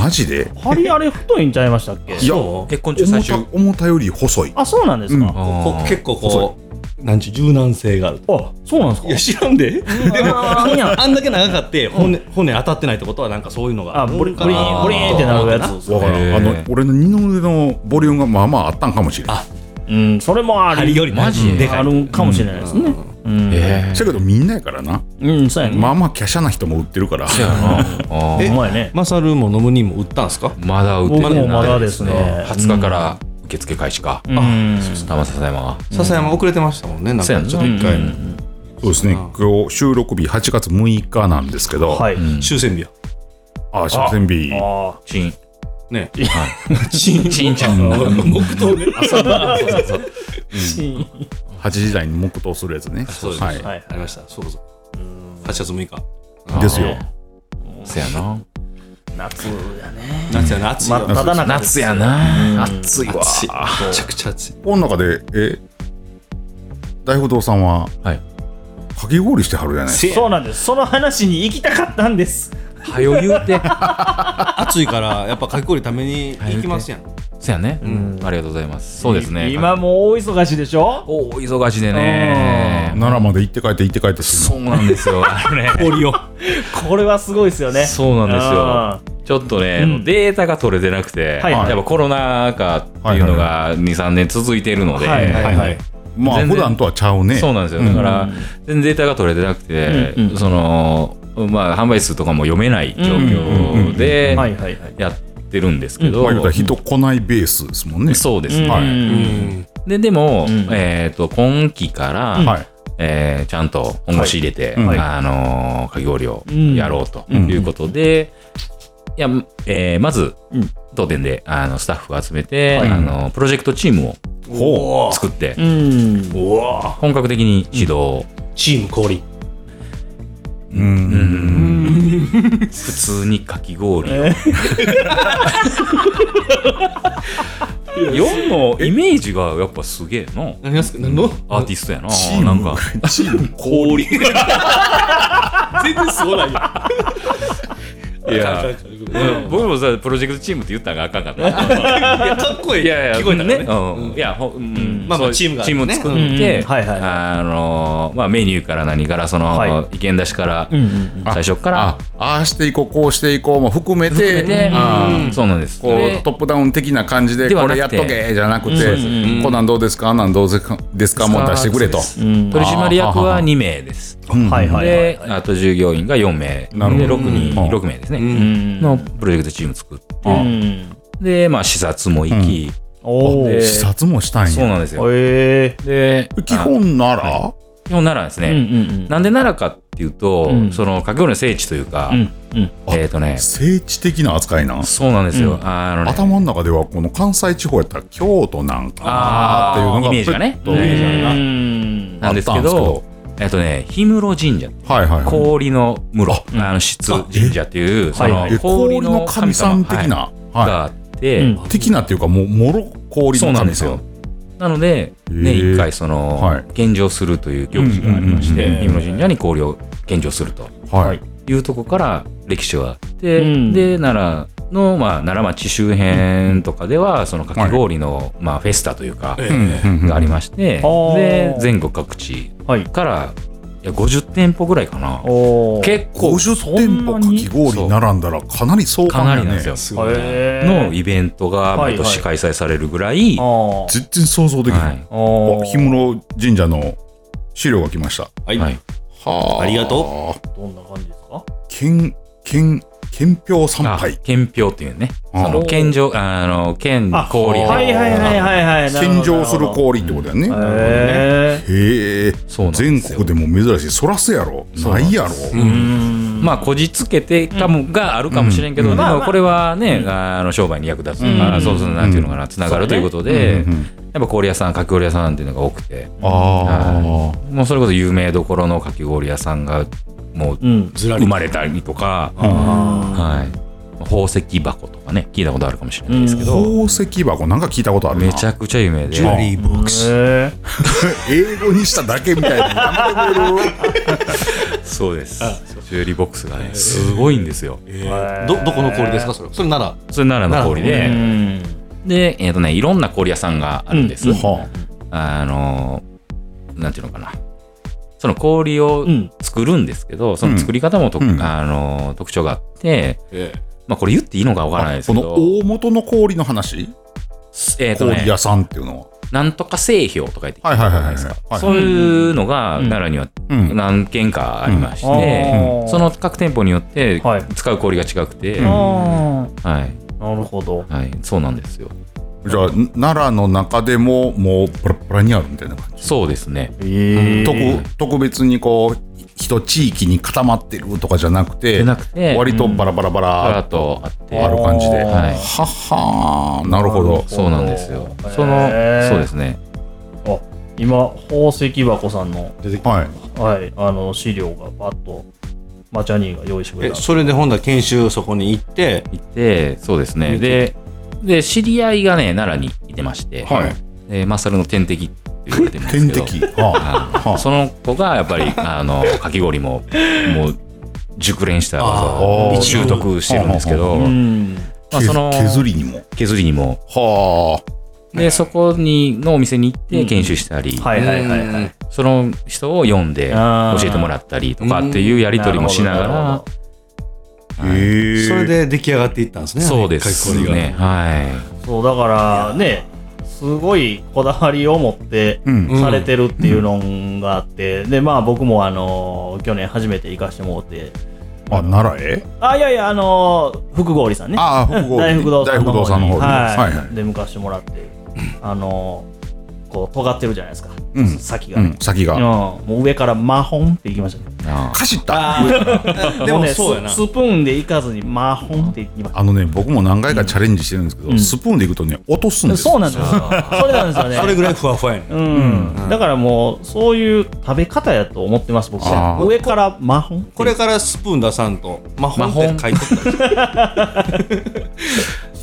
S1: マジで
S2: 針あれ太いんちゃいましたっけ
S1: いや
S4: う。結婚中
S1: 重
S4: 最終
S1: た。思ったより細い
S2: あ、そうなんですか。
S4: あ
S3: こ
S4: ー
S3: 結構こなんちゅう柔軟性がある
S2: あそうなんですか
S3: いや知らんででも
S2: あーい や
S3: あんだけ長かって骨骨当たってないってことはなんかそういうのが
S2: あボリボリ
S4: あ
S2: ン
S4: ー
S2: ボリンってなるやつです
S1: わ
S2: ね
S1: からんあの
S4: へー
S1: 俺の二の腕のボリュームがまあまああったんかもしれない
S3: あ
S2: うんそれもあ
S3: 針よ
S2: り
S3: り
S4: マジ
S3: でか
S2: あ
S3: い
S2: るかもしれないですねうん
S4: え
S1: せやけどみんなやからな
S2: うんそうやね
S1: まあまあ華奢な人も売ってるから
S4: えやなあ
S2: ほ
S4: ー
S2: んまやね
S3: マサルもノブニも売ったんすか
S4: まだ打て
S2: 僕
S4: てない
S2: もまだですね
S4: 20日から受付開始か
S2: うん
S4: 玉笹山は
S3: 笹山遅れてましたもんねなんか
S4: そうやん
S3: ち
S4: ち
S3: ょ
S4: ょ
S3: っ
S4: っ
S3: と
S4: と
S3: 一
S4: 一
S3: 回、
S4: 回
S1: そうですね今日収録日8月6日なんですけど、
S2: はい
S3: 終戦日や
S1: ああ初戦日
S2: ああ
S4: チン
S3: ね
S4: チンチンちゃん
S3: 木刀ね朝
S2: し
S1: 8時台に黙祷するやつね
S3: そうです
S1: はい、
S2: はい
S3: ありましたそうそう8月6日
S1: ですよ
S4: そうやな
S2: 夏やね
S3: 夏やな暑い
S2: ま
S3: よ
S2: あただ中です
S4: 夏やな暑いわ
S3: 暑いめちゃくちゃ暑い
S1: この中でえ大不動さんは
S4: はい
S1: かき氷してはるじゃないです
S4: せや
S2: そうなんですその話に行きたかったんです
S4: はよ言 うて
S3: 暑いからやっぱかき氷食べに行きますやん
S4: そうやねありがとうございますそうですね
S2: 今もう大忙しでしょ
S4: おお忙しでね
S1: か奈良まで行って帰って行って帰ってする
S4: そうなんで すよあのね
S3: 氷を
S2: これはすごいですよね
S4: そうなん
S2: あ
S4: ですよ。ちょっとね、
S2: うん
S4: データが取れてなくて、
S2: はい
S4: やっぱコロナ禍っていうのが2、3年続いているので、
S2: はいはい
S1: はいはいまあ
S4: 全然
S1: 普段とはちゃうね
S4: そうなんですよ。
S1: うん
S4: だから、全然データが取れてなくて、
S2: うんうん
S4: その、まあ、販売数とかも読めない状況で
S2: はいはいはい
S4: やってるんですけど、
S1: まあ言うたら人来ないベースですもんね
S4: そうですね。
S1: はいう
S3: うんん
S4: で、でも、
S2: うん
S4: えっ、と、今期から、
S1: はい
S4: えーちゃんと本腰入れて、
S1: はい
S4: あのーかき氷をやろうということで、いや、えーまず、
S2: うん
S4: 当店であのスタッフを集めて、
S2: はい
S4: あのプロジェクトチーム
S1: ほ
S4: を作って、
S2: うん
S3: うわ
S4: 本格的に指導を、
S3: チーム氷
S1: ううん
S4: 普通にかき氷を。
S2: え
S4: 4のイメージがやっぱすげえな。
S3: 何がすか何の
S4: アーティストやな。
S1: チーム
S4: なんか。
S1: チーム
S4: 氷。い
S3: 全然すごないよ
S4: や、僕もさ、プロジェクトチームって言ったんがあかんかった。
S3: いやかっこいい
S4: いやいや、
S3: 聞こえたからね
S4: うんいや、ほうん
S3: まあまあ
S4: そう
S3: チームが
S4: チームを作っ
S2: うんうん
S4: て、
S2: はいはい
S4: あのー、まあメニューから何から、そ
S2: は
S4: の、意見出しから
S2: う、んうん
S4: 最初から
S1: あ、ああしていこうこうしていこうも含め
S4: 含め
S1: て
S4: て
S1: あー、
S4: そうなんです。
S1: こ
S4: で
S1: うトップダウン的な感じで
S4: では
S1: こ
S4: な
S1: れや
S4: く
S1: ってとけじゃなく
S4: うんそう
S1: て
S4: です
S1: うんこんなんどうですかあんなんどうですかですかもう出してくれと
S4: そうです取締役は2名です。
S2: うんはいはいはい
S4: で、あと従業員が4名。で、
S1: なるほどう
S4: 6
S1: ん
S4: 人、六名です
S3: う
S4: ね。
S2: うん
S4: のプロジェクトチーム作って、
S2: うん
S4: で、まあ視察も行き、
S2: おお
S4: で
S1: 視察もしたん
S4: そう
S1: や
S4: なんですよ。
S2: え
S4: で、
S1: 基本なら
S4: 基本奈良です
S2: え
S4: ね。
S2: ん
S4: なんで奈良かっていうと
S2: うん、
S4: その、かき氷の聖地というか
S2: う、んうん
S4: えっとね、
S1: 聖地的な扱いなん
S4: そうなんです
S2: う
S4: よ。
S2: ん
S4: あのね、
S1: 頭の中ではこの関西地方やったら京都なんかなっていうのが
S4: イメージがね
S1: ペッとイメージある
S2: ん
S4: なんですけど、えっとね、氷室神社。
S1: なはいはいはい
S4: 氷の室、
S2: うん
S4: あの質神社っていう、そ
S2: は
S4: の
S2: い
S1: え氷の神さん的
S4: はい
S1: な
S4: が
S1: は
S4: あって、
S2: うん
S1: い的なっていうかもうもろ氷
S4: そう
S1: の
S4: なん
S1: 神
S4: です
S1: さ
S4: よ
S1: ん。
S4: なので、
S1: へ
S4: 年
S1: ー
S4: 一回、その、
S1: はい
S4: 献上するという行事がありまし
S1: うん
S2: うん
S4: て
S2: う、ん
S4: 氷室神社に氷を献上すると
S1: はい
S4: いうとこから歴史があって、
S2: うん
S4: で、奈良の、まあ、奈良町周辺とかでは、そのかき氷の、まあ、フェスタというか、
S3: え
S1: うん
S4: がありまして、
S2: うん
S4: で
S2: あ、ー
S4: 全国各地
S2: はい
S4: から、いや、50店舗ぐらいかな。
S2: お
S4: 結構、
S1: 50店舗かき氷並んだらかなり相
S4: か
S1: 関
S4: な
S1: や
S4: りな
S1: ね
S4: んですよ。
S3: すごいな
S4: の
S2: の
S4: イベントが毎年開催されるぐらい、
S2: あ
S1: 全然想像できな
S4: はいい
S2: あお
S1: あ氷室神社の資料が来ました
S3: はい、
S4: はい
S1: は
S3: ありがと
S1: う
S2: どんな感じですか
S1: 県県県票参拝
S4: あ献票っていうね、
S1: あー
S4: その献上、あの献
S2: あ
S4: 氷の
S2: はいはいはいはいはいなるほ
S1: 献
S2: ど
S1: 上する氷ってことやね
S2: なるほどへ
S1: へえ
S4: そうなんで
S1: 全
S4: すよ
S1: 国でも珍しいそらすやろ
S4: そう
S1: な
S4: なん
S1: い
S4: です
S1: やろ
S2: えうん
S4: まあこじつけてかも、があるかもしれんけど、
S1: うん
S4: で
S2: まあ
S4: も
S2: まあ
S4: これはね、あの商売に役立つ、
S2: うん
S4: あそうそうなんていうのかな、つなが
S2: そ
S4: る
S2: う
S4: と
S2: ね
S4: いうことで、
S1: うんうん
S4: やっぱ氷屋さんかき氷屋さんっていうのが多くて
S1: あ
S4: もうそれこそ有名どころのかき氷屋さんがもう
S2: うん
S3: ずらり
S4: 生まれたりとか、
S2: あ
S4: はい、宝石箱とかね聞いたことあるかもしれないですけ
S1: あ
S4: ど、
S1: 宝石箱なんか聞いたことあるな
S4: めちゃくちゃ有名で
S3: ジュエリーボックス
S2: へえ
S1: 英語にしただけみたいな
S4: そうですジュエリーボックスがねすごいんですよ
S3: えーどどこの氷ですかそれそれなら
S4: それ奈良の氷
S2: う
S4: で、
S2: ん
S4: で、えっ、とね、いろんな氷屋さんがあるんです。
S1: は
S4: あの、なんていうのかな、その氷を
S2: うん。
S4: 作るんですけど、その作り方もと、
S1: うん
S4: あの特徴があって、
S3: え
S4: まあ、これ言っていいのかわからないです
S1: こ
S4: け
S1: の
S4: ど、
S1: 大元の氷の話、
S4: えっ、とね
S1: 氷、屋さんっていうのは。
S4: なんとか製氷とか言って聞
S1: は
S4: いた
S1: いは
S4: こ
S1: いはい
S4: とない
S1: はい
S4: ですか。
S1: はい
S4: そういうのが奈良には
S1: うん
S4: 何軒かありまして、
S2: うんうんあー
S4: その各店舗によって
S2: はい
S4: 使う氷が違くて、
S1: うん
S2: あ
S4: はい、
S2: あ、なるほど。
S4: はい、そうなんですよ。
S1: じゃあん奈良の中でももうパラパラにあるみたいな感じ、
S4: そうですね。
S2: ええ。
S1: 特特別にこう一地域に固まってるとかじゃなくて
S4: じゃなくて、
S1: 割とバラバラバ
S4: パラ
S1: ラ
S4: ッとあって、
S1: ある感じで、
S2: うん
S4: はい
S1: ははーなるほど
S4: そうなんですよ。
S2: へー
S4: その、そうですね。
S2: あ今、宝石箱さんの、
S3: 出てき
S1: はい
S2: はい、あの、資料がパッと、マチャニーが用意してくれ
S3: え
S2: た。
S3: それで本田研修そこに行って
S4: 行って、そうですね。
S3: 見
S4: で、で、知り合いがね、奈良にいてまして、
S1: はい
S4: でマサルの天敵って言われてるんです
S1: 天
S4: けど、
S1: 敵はあ、はあ
S4: その子がやっぱり、あの、かき氷も、もう、熟練した技
S1: あー
S4: を習得してるんですけど、
S2: うん。
S4: まあ、その
S1: け削りにも
S4: 削りにも、
S1: はあ
S4: で、そこに、のお店に行っ
S2: う
S4: て
S2: ん
S4: 研修したり、
S2: はいはいはいはい。
S4: その人を読んで
S2: あー
S4: 教えてもらったりとかっていうやり取りもしながら、
S2: なるほ
S4: はい
S1: へえ
S3: それで出来上がっていったんですね
S4: そうですね。はい。
S2: そう、だからね、すごいこだわりを持って、
S1: うん
S2: されてるっていうのがあって、で、まあ僕もあの、去年初めて行かしてもらって、
S1: あ奈良へ
S2: あ、いやいや、あの、福郡さんね。
S1: ああ福郷
S2: 大福堂さんの方に
S1: の方に
S2: はい
S1: はい
S2: で向かしてもらってあのこう尖ってるじゃないですか、
S1: うん
S2: 先が、
S1: う
S2: ね
S1: ん先
S2: うん
S1: が
S2: もう上から魔本っていきましたね
S4: あー
S1: かしった
S3: あーで
S2: う
S3: も
S2: ね
S3: そうやな
S2: ススプーンでいかずに魔本っていきました
S1: あのね僕も何回かチャレンジしてるんですけど、
S2: ん
S1: スプーンでいくとね落とすんですよ
S2: そうなんですよそれなんですよね
S3: それぐらいふわふわやね
S2: うんだからもうそういう食べ方やと思ってます僕
S1: あー
S2: 上から魔本って
S3: これからスプーン出さんと魔法って書いてったんですよ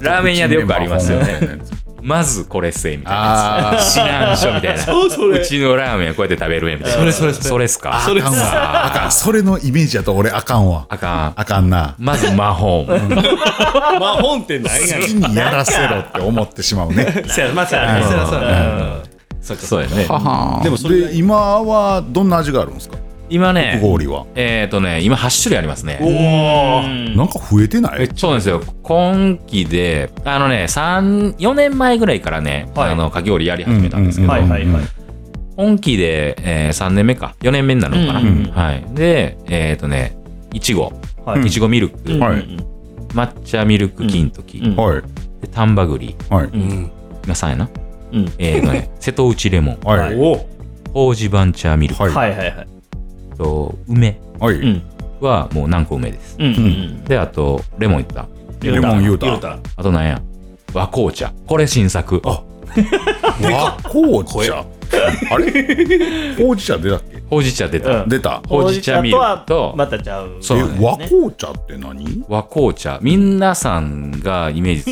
S4: ラーメン屋でよくありますよね。まずこれせえみたいな
S1: あ
S4: やつ。知らんしょみたいな。
S3: そうそれ
S4: うちのラーメンはこうやって食べるやんみたいな。
S3: それそれ
S4: それっすか。
S1: あかんわ。あかん。それのイメージやと俺あかんわ。
S4: あかん。
S1: あかんな。
S4: まず魔法。
S3: 魔法って何やねん
S1: 次にやらせろって思ってしまう ね。
S3: そうやまあそうやなそうやそうやそうか
S4: そうやね。
S1: は
S3: でもそれ
S1: で今はどんな味があるんですか
S4: 今ね、
S1: 氷は。
S4: えっとね、今8種類ありますね。
S2: うん
S1: なんか増えてない
S4: そうなんですよ。今期で、あのね、三4年前ぐらいからね、
S2: はい
S4: あの、かき氷やり始めたんですけど、
S2: はいはいはい
S4: 今期で、え3年目か、4年目になるのかな。
S2: うん
S1: うん
S4: はい。で、えっ、とね、いちご、
S2: はい
S1: うん
S4: いちごミルク、
S2: うん
S1: はい
S2: うん
S4: 抹茶ミルク金時、
S2: うん
S1: はい。
S4: で丹波栗、
S1: はい。
S3: うん
S4: 今3やな。
S2: うん
S4: えっ、と ね、瀬戸内レモン、
S1: は。
S2: はいい
S1: お
S4: ほうじ番茶ミルク
S1: はい。
S2: はいはいはい
S4: と梅
S1: はい。
S2: うん
S4: はもう何個梅です。
S2: うんうん
S4: で、あと、レモンいった。
S1: レモン言うた。
S3: 言
S1: わ
S3: うた
S4: あとなんや、和紅茶。これ新作。
S1: 紅茶。 あれほうじ茶出たっけ
S4: ほうじ茶出た。
S2: うん
S1: 出た。
S4: ほうじ茶ミル
S2: と
S4: ク
S2: は
S4: と
S2: またちゃう
S1: え
S4: そうなんですね
S1: 和紅茶って何
S4: 和紅茶皆さんがイメージす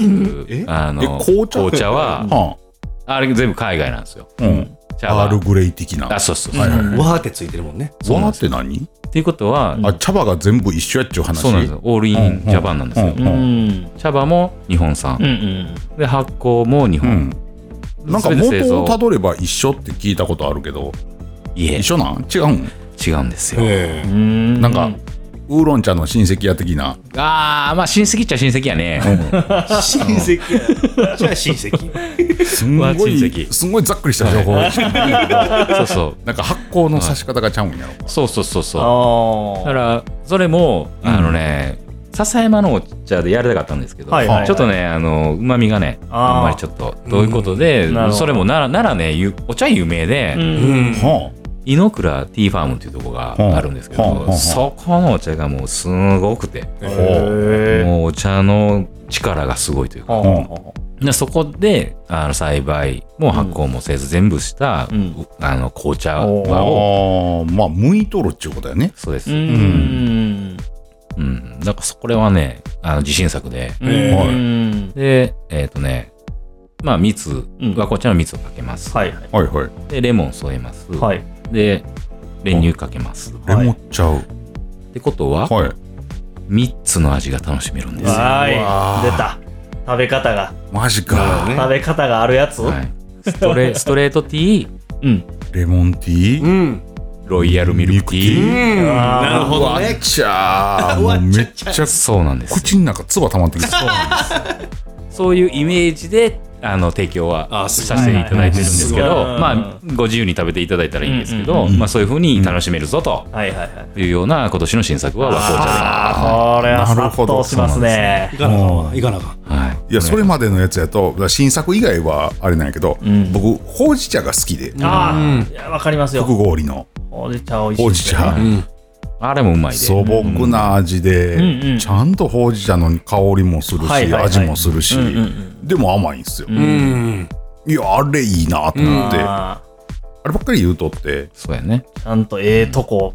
S1: え
S4: るあ
S1: え
S4: の
S1: 紅茶
S4: は
S1: は
S4: あれ全部海外なんですよ。
S1: あ。うん。
S4: 茶
S1: ア
S4: は
S1: ールグレイ的な。
S4: あそうそうそう、
S1: はいはい。
S3: わーってついてるもんね
S4: そうな
S1: 和
S4: ん
S1: っ
S4: で
S1: て何
S4: っていうことは、
S1: あ、茶葉が全部一緒やっちゅう話。
S4: そうなんですよオールインジャパンなんですよ、
S1: うん
S2: うんうん
S4: 茶葉も日本産、
S2: うん
S4: で発酵も日
S1: う
S4: 本、
S1: ん。なんか
S4: 全て製
S1: 元
S4: 造
S1: をたどれば一緒って聞いたことあるけど、
S4: いえ
S1: 一緒なん違うん
S4: 違うんですよ、
S3: え
S2: うん
S1: なんか、ウーロン茶の親戚や的な。
S4: ああまあ親戚っちゃ親戚やね、
S3: 親戚やじゃあ親戚
S1: すん
S4: わ
S1: ご
S4: 親
S1: い、
S4: 戚
S1: すんごいざっくりした情報でしたね
S4: そうそ
S1: なんか発酵の差し方がちゃうんやろ。
S4: うそうそうそ
S2: あ
S4: うそうだか
S2: ー
S4: らそれも、あのね笹山のお茶でやりたかったんですけど、
S2: はいはいはい
S4: ちょっとねあのうまみがね
S2: あー
S4: あんまりちょっとどういうことで、
S2: うんなるほど
S4: それも奈良奈良ねゆお茶有名で、
S2: うん
S1: は
S4: 井の倉ティーファームっていうとこがあるんですけ
S1: ほうほうほう
S4: どそこのお茶がもうすごくて
S1: あ。ほう。
S2: へ
S4: もうお茶の力がすごいというか
S2: ー
S4: でそこであの栽培も発酵もせず全部した、
S2: うん
S4: あの紅茶
S2: お
S4: 葉を
S1: ああ、まあ、向いとるっちゅうことやね。
S4: そうです、
S2: う
S4: うん
S2: ん
S4: だからそこれはねあの自信作で、
S2: うん
S3: え
S1: ー
S2: うん
S4: でえっ、とねまあ蜜
S2: ん
S4: は紅茶の蜜をかけます、
S2: はいはい
S1: はいはい。
S4: でレモン添えます、
S2: はい
S4: で練乳かけます
S1: レモン茶。は
S4: ってことは、
S1: い。
S4: 3つの味が楽しめるんですよ
S2: はーい出た食べ方が
S1: マ
S3: な
S1: ジ
S3: るほ
S1: か。
S3: どね
S2: 食べ方があるやつ
S4: はい、ストレストレートティー
S2: うん
S1: レモンティー
S5: うん。
S4: ロイヤルミルクティー。
S5: うん。
S3: なるほどね。
S1: ちゃー
S3: う
S1: も
S3: わ
S1: うめっちゃ
S4: そうなんですよ。
S1: 口の中唾溜まってきて
S4: そういうイメージで、あの、提供は
S3: あす
S4: させていただいてるんですけど、
S2: はいはいはい
S4: まあ、ご自由に食べていただいたらいいんですけ
S2: うん
S4: ど、まあ、そういうふうに楽しめるぞと
S2: はいはいはい。
S4: いうような今年の新作は和紅茶
S2: あーこれは
S1: なるほ
S2: 殺
S1: ど
S2: 到しますね。
S5: いかなあかん。いかなあかん。
S4: で。はい。
S1: いやそれまでのやつやとだから新作以外はあれなんやけど、僕ほうじ茶が好きで
S2: ああ、いやわかりますよ。
S1: 黒氷の
S2: ほうじ茶美味しい
S1: ほう
S2: で
S1: じ
S2: すね。
S1: 茶、
S4: あれもうまいで。
S1: 素朴な味で、
S2: んうん
S1: ちゃんとほうじ茶の香りもするし、
S2: はいはいはい
S1: 味もするし、
S2: うんうんう
S1: でも甘いんですよ、
S5: うん。
S1: いやあれいいなってなって、あ
S2: あ
S1: ればっかり言うとって、
S4: そうやね。
S2: ーちゃんとええとこ、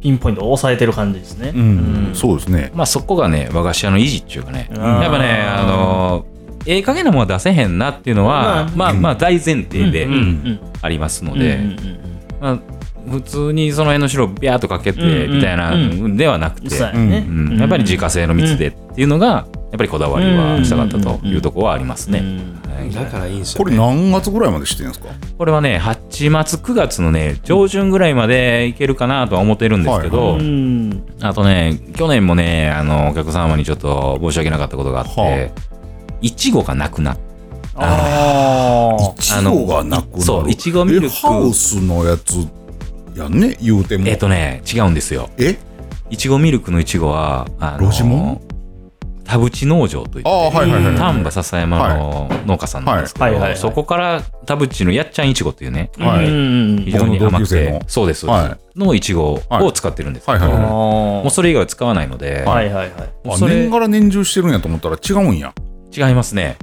S2: ピンポイント押さえてる感じですね。
S1: うんそうですね
S4: まあそこがね、和菓子屋の維持っていうかね。
S2: ん
S4: やっぱね、あのー、ええ加減なものは出せへんなっていうの
S2: ま
S4: は、
S2: あ
S4: まあまあ大前提で
S2: うんうん
S4: ありますの
S2: うんうん
S4: で、まあ普通にその辺の白をビャーっとかけて
S2: うんうん
S4: みたいなのではなく
S2: うん
S4: て、
S2: そうやね
S4: うんやっぱり自家製の蜜でっていうのが、やっぱりこだわりはしたかったというところはあります
S2: う
S4: ね。
S2: ん
S4: はい
S5: だからいいんす
S1: こ
S5: よ
S1: れ
S5: ね。
S1: 何月ぐらいまでしてるんですか
S4: これはね、8月、9月のね、上旬ぐらいまでいけるかなとは思ってるんですけど、
S2: うん
S4: あとね、去年もね、あの、お客様にちょっと申し訳なかったことがあって、いちごがなくなった。
S2: あー
S1: いちごがなくなる
S4: そういちごミルク
S1: えハウスのやつやんね言うても
S4: えっとね、違うんですよ。
S1: え
S4: いちごミルクのいちごは、あ
S1: ロジモン
S4: の、田淵農場といっ
S1: あ
S4: て、
S1: あはいはいはいはい
S4: 丹波篠山の農家さんなんですけ
S2: はいはいはいは
S4: ど、
S2: い
S4: そこから田淵のやっちゃんいちごっていうね、
S1: はい
S2: うん
S4: 非常に
S1: 僕の
S4: 甘く
S1: 同級生の
S4: て、そうです、そう
S1: は
S4: です。のいちごを使ってるんですけ
S1: はいはいはい
S4: ど、
S2: も
S4: もうそれ以外は使わないので、
S2: はいはいはい。
S4: もう
S1: あ
S4: それ
S1: 年がら年中してるんやと思ったら違うんや
S4: 違いますね。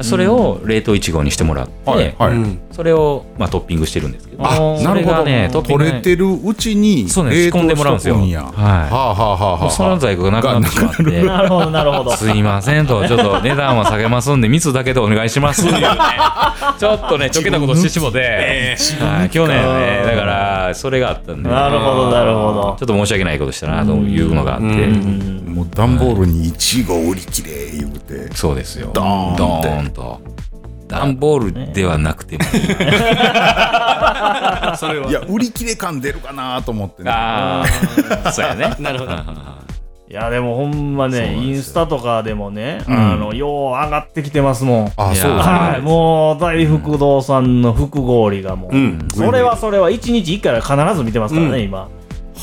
S4: それを冷凍いちごにしてもらって、
S1: はいはい、
S5: うん。
S4: それを、まあ、トッピングしてるんですけど、
S1: あ
S2: あー
S1: なるほど、
S4: それがねトッピング
S1: 取れてるうちに
S4: そうね、仕
S1: 冷凍
S4: 込んでもらうん
S1: し
S4: です
S1: とく
S4: よ。は
S1: ん
S4: い。
S1: やはあはあはあは
S4: もうその
S1: あ
S4: 在庫がなくなってしまって、
S2: なるほどなる ほど。
S4: すいませんと、ちょっと値段は下げますんで、蜜だけでお願いしますっていうね、ちょっとね、ちょけたことしてしもて、はい去年ね、だから、それがあったんで、
S2: なるほどなるほ
S4: ちょっと申し訳ないことしたなというのがあって、
S2: ど。
S1: もう段ボールにいちご売り切れ言うて
S4: そうですよ。
S1: ドーンって。
S4: ンと。段ボールではなくても、
S3: それはい
S1: や売り切れ感出るかなと思ってね
S4: ああ、そうやね。
S3: なるほど
S4: うんうんうん
S2: いやでもほんま
S4: そうなん
S2: ね
S4: です
S2: イ
S4: よ
S2: ンスタとかでもね、
S1: ん
S2: あのよう上がってきてますもん。
S1: あ
S4: いや
S1: そうですね
S2: はい、もう大福堂さんの福氷がもう、
S5: ん
S2: それはそれは1日1回は必ず見てますからね、
S1: は
S2: 今必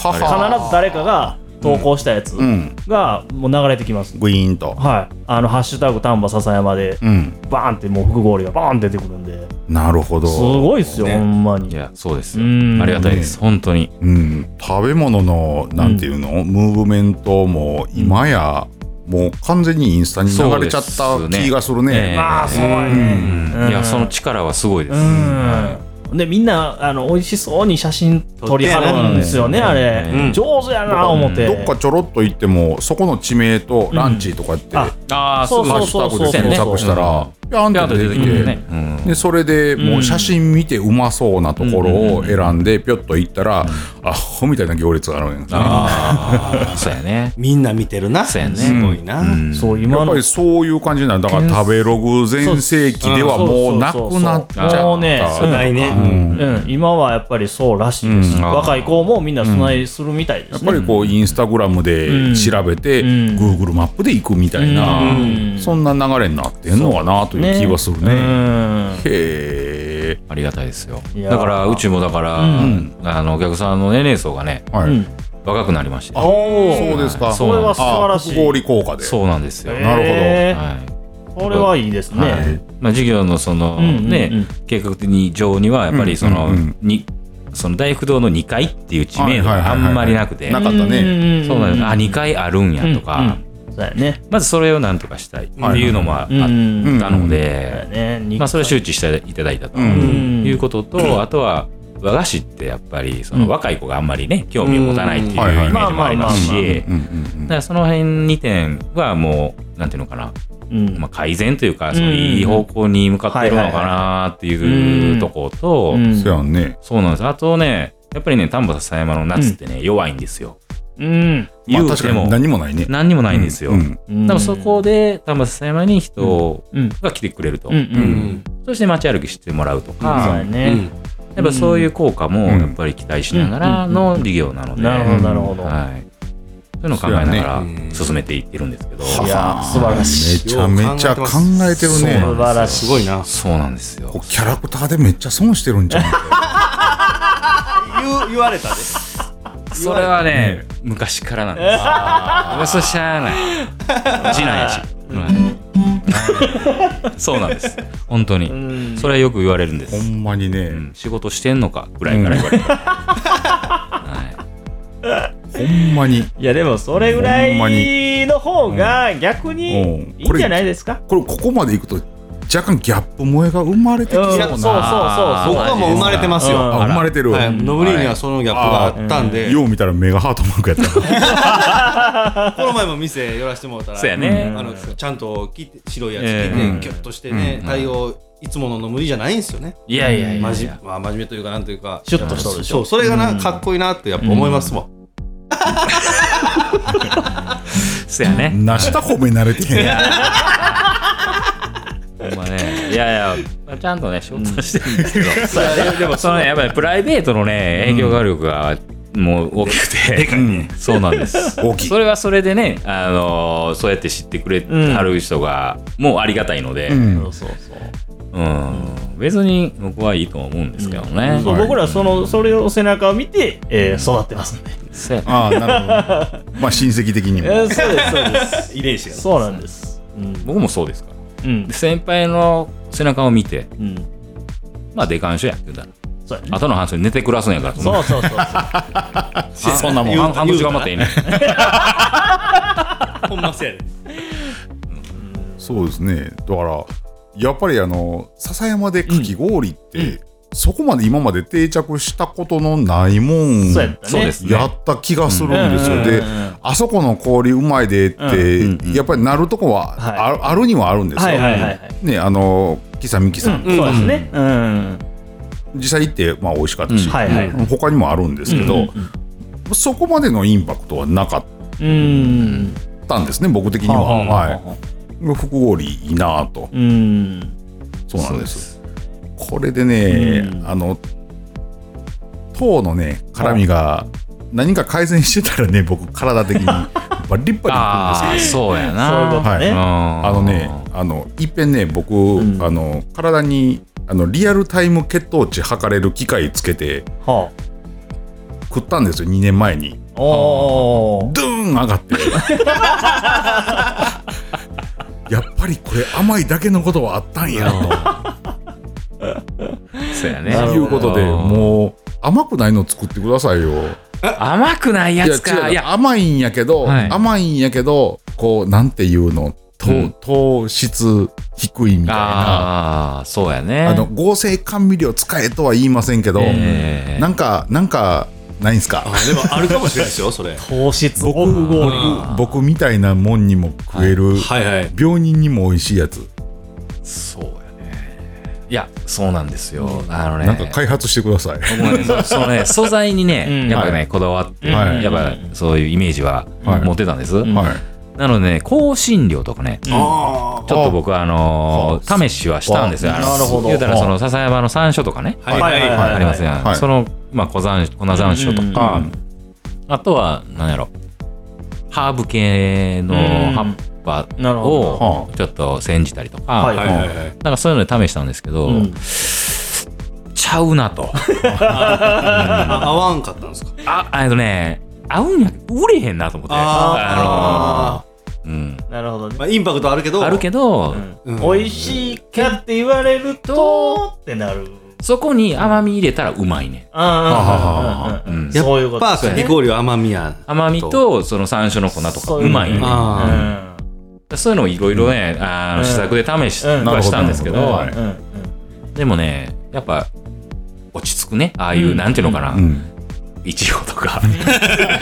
S2: ず誰かが投稿したやつ
S1: うん
S2: がもう流れてきます、
S1: グイーンと
S2: はいあの「ハッシュタグ丹波篠山」で
S1: うん
S2: バーンってもう福氷がバーンって出てくるんで
S1: なるほど
S2: すごいっすよ、
S5: ね
S2: ほんまに
S4: いや、そうです
S2: う
S4: よ。
S2: ん
S4: ありがたいです、本当に。
S1: うん、食べ物のなんていうの、ムーブメントも今やもう完全にインスタに流れちゃった
S4: そうですね
S1: 気がするね
S2: まあそうやね、うん
S4: いや、その力はすごいで
S2: う
S4: す。
S2: んでみんなあの美味しそうに写真撮りはるんですよねあれ、
S4: うん
S2: 上手やな思って、
S1: どっかちょろっと行ってもそこの地名とランチとかって、
S2: うんあ
S4: ああ、す
S2: そ
S4: ぐ
S2: う
S1: ハ
S2: そ
S1: ッ
S2: う
S1: シュタ
S2: そうそう
S1: グで検索したら、ピャーンって出てきて、
S4: うん
S1: でそれでもう写真見てうまそうなところを選んでぴょっと行ったら、アホみたいな行列があるんやな
S4: そうやね。
S5: みんな見てるな。
S4: そうやね
S5: すごいな。
S2: そう
S1: や
S2: 今
S1: っぱ
S2: の
S1: りそういう感じになるだから食べログ全盛期ではもうなくなっちゃっ
S2: そうそうそうそう
S1: た
S2: もうね
S5: 世代ね。
S2: うん、今はやっぱりそうらしいです、
S4: うん
S2: 若い子もみんな備えするみたいで
S1: やっ
S2: す
S1: ぱ
S2: ね、
S1: りこうインスタグラムで調べて、
S2: うん
S1: Google マップで行くみたいな、
S2: うん
S1: そんな流れになってんのかなという気はするね。へ
S4: ありがたいですよ。
S2: いやー
S4: だから、うちもだから、
S1: ん
S4: あの、お客さんの年齢層がね、
S1: ーは
S2: う
S1: い、
S2: ん、
S4: 若くなりまして。
S2: お
S1: そうですか。
S4: そうなんです
S2: それは素晴らしい
S1: あ氷効果で。
S4: そうなんですよ。
S1: えなるほど
S4: はい
S2: ほどこれはいいですね、
S4: はいまあ、授業のその、
S2: うんうんうん
S4: ね、計画的に上には、やっぱりその、
S1: うんうん
S4: に、その大福堂の2階っていう地名度
S1: はいはいは
S4: があ
S1: いはい
S4: んまりなくて、
S1: なかったね。
S2: ね
S4: そうなんです。あ、2階あるんやと
S2: うん
S4: か、
S2: うんそうやね
S4: まずそれをなんとかしたいっていうのもあっ
S2: うんうん
S1: うん
S4: たの
S2: そうや
S4: で、
S2: ねに
S4: まあ、それを周知していただいたと
S2: ん
S4: いうことと、あとは和菓子ってやっぱりその若い子があんまりね興味を持たないっていうイメ
S1: はいはい
S4: ージもあります
S2: まあまあま
S4: し
S1: うんうん
S4: だからその辺2点はもうなんていうのかな、
S2: うん
S4: まあ、改善というかそう
S2: うん
S4: いい方向に向かってるのか
S2: はいは
S4: なっていうところと、
S2: うん
S1: うん。そうやんね。
S4: そうなんですあとねやっぱりね丹波篠山の夏ってね、弱いんですよ。
S2: うん
S1: まあ
S4: 言う
S1: 確
S4: て
S1: か
S4: も
S1: に何もないね。
S4: 何にもないんですよ。
S1: ううん
S2: うん
S4: 多分そこで丹波篠山に人
S2: うん
S4: が来てくれると、
S2: うんうん
S5: うん。
S4: そして街歩きしてもらう
S2: そ
S4: と
S2: う
S4: か、
S2: やね
S4: やっぱそういう効果も
S1: うん
S4: やっぱり期待しながらの事業なので、
S2: なるほどなるほど、
S4: はい、そういうのを考えながら
S5: そうやねうん
S4: 進めていってるんですけど、
S2: いやー素晴らしい
S1: めちゃめちゃ考えてる
S4: そう
S1: ね
S4: な
S2: 素
S4: ん
S2: 晴らし
S5: す
S2: い
S5: ごいな。
S4: そうなんですよ
S1: こうキャラクターでめっちゃ損してるんじゃん
S3: 言う言われたで
S4: それはね、昔からなんですあそれしゃあない次男やし、うんそうなんです本当に、
S2: うん
S4: それはよく言われるんです
S1: ほ、んまにね、
S4: うん仕事してんのかぐらいから言われる、は
S1: ほんまに
S2: いやでもそれぐら
S1: ほんま
S2: いの方が逆に
S1: うん
S2: いいんじゃないですか、
S1: これここまでいくと若干ギャップ萌えが生まれてきそう
S2: うん
S1: な、
S2: そうそう
S4: あ
S2: そ
S4: ー
S2: う
S5: 僕はもう生まれてます
S2: う
S5: よ。
S2: ん
S1: あ生まれてる、
S5: はい。ノブリーにはそのギャップがあったんで、
S1: よう見たらメガハートマークやった
S3: この前も店寄らせてもらったら
S4: そうやね
S3: あのちゃんと切って白いやつ
S4: え
S3: 着
S4: え
S3: てキュッとしてね対応いつものの無理じゃないんですよね
S4: い、いやいやいや
S3: ま
S4: い
S3: じ
S4: や
S3: まあ真面目というかなんというか
S2: シュッとしとるでし
S3: そ
S2: ょ
S3: うそれが
S2: う
S3: なんかっこいいなってやっぱ思いますもん
S4: そやね
S1: なした褒め慣れて へんやん
S4: ほんまねいやいやまあちゃんとね仕事はしてるんですけど、でもそのねやっぱりプライベートのね影響力がもう大きくて、 そうなんです
S1: 大きい
S4: それはそれでね、あのーそうやって知ってくれはる人が、もうありがたいので、う
S1: うんん
S2: そうそう
S4: 別に僕はいいとは思うんですけどね。
S2: そう僕らそのそれを背中を見て、えー育ってますんで、
S4: そうや
S1: ああなるほどま あ親戚的に
S2: え
S1: も、
S2: ーそうですそうです
S3: 遺伝子が
S2: そうなんですうん
S4: 僕もそうですから。
S2: うん
S4: で先輩の背中を見て、
S2: うん
S4: まあ、デカンショやって言うたら、
S2: そうやね
S4: 後の半年寝て暮らすんやから、そんな
S2: そうそうそうそう
S4: あそんなもん、半半年頑張っていいね。
S3: ほんまそうやで
S1: そうですねだからやっぱりあの笹山でかき氷って、そこまで今まで定着したことのないもん
S2: そうやったね
S4: そうですね
S1: やった気がするんですよ、
S2: うん
S1: で
S2: うんうんうん
S1: あそこの氷うまいでって、やっぱりなるとこは
S2: はい
S1: あ,、あるにはあるんですよ、
S2: はいはいはいはい
S1: ねあのキサミキさん、
S2: うんそうですねうん
S1: 実際行って、まあ、美味しかったし、
S4: うん
S2: はいはい
S1: 他にもあるんですけど、そこまでのインパクトはなかっ
S2: うん
S1: たんですね僕的には、
S2: はあはあはあ
S1: はい福氷いいなぁと
S2: うん
S1: そうなんですこれでね、
S2: うん
S1: あの糖のね絡みが何か改善してたらね僕体的にバリッバリいくん
S4: あ
S1: で
S4: あ、そうやな。
S2: そういうこと
S1: はい
S2: ね、
S1: すあのねあのいっぺんね僕、
S2: ん
S1: あの体にあのリアルタイム血糖値測れる機械つけて
S2: は
S1: 食ったんですよ2年前に
S2: あおお
S1: ドゥーン上がってやっぱりこれ甘いだけのことはあったんや
S4: うんそうやね。
S2: な
S1: と
S2: るほ
S1: い
S2: ど
S1: うことでもう甘くないの作ってくださいよ
S4: 甘くないやつか。
S1: い
S4: い
S1: や違う
S4: や、
S1: 甘いんやけど、
S4: はい
S1: 甘いんやけどこうなんていうの糖,、
S4: うん
S1: 糖質低いみたいなあ
S4: ああ、そうやね。
S1: の合成甘味料使えとは言いませんけど、
S4: えー
S1: なんかなんかないんすか
S5: でもあるかもしれないですよ、それ。
S2: 糖質オフゴリ
S1: 僕みたいなもんにも食える、
S5: はいはい。
S1: 病人にも美味しいやつ、
S4: そうやね。いや、そうなんですよ。あのね。
S1: なんか開発してください、
S4: 僕もね、そそのね、素材にね、
S2: うん
S4: やっぱね、
S1: は
S4: こだわって、
S1: はい
S4: やっぱそういうイメージは
S1: はい
S4: 持ってたんです。
S2: ん
S1: はい
S4: なのでね、香辛料とかね、ちょ
S5: あ
S4: っと僕はあのー試しはしたんですよ。
S1: あ
S4: あの
S2: なるほど
S4: 言うたら、その笹山の山椒とかね、
S5: あ。はいはい。
S4: ありますやん。
S1: はい
S4: その、まあ、小山粉山椒とか、
S1: うん
S4: あとは、なんやろ、ハーブ系の葉っぱ
S2: うんなる
S1: ほ
S4: をちょっと煎じたりとか、
S2: はい
S5: はいはいはい。
S4: なんかそういうので試したんですけど、
S2: うん
S4: ちゃうなと。
S5: あ合わんかったんですか
S4: あ、あのね、合うんや、売れへんなと思って。
S5: あ
S4: のーうん。
S2: なるほどね
S5: まあ、インパクトあるけど、
S4: あるけど、
S2: うん美味しいかって言われるとってなる
S4: そこに甘み入れたらうまいね。
S2: ああ
S4: うん
S5: やっ
S2: そういうこと
S5: ぱかき氷は甘みや。
S4: 甘みと、その山椒の粉とか、
S2: そう
S4: うまいね。
S5: あ
S2: あ
S4: そういうのをいろいろね、あ
S2: うん
S4: の、試作で試し
S2: うん
S4: はしたんですけ
S1: なるほ
S4: ど
S1: ど、なる
S2: うん
S4: でもね、やっぱ、落ち着くね。ああいう、
S2: うん
S4: なんていうのかな
S1: う。ん
S4: いちごとか。
S2: ま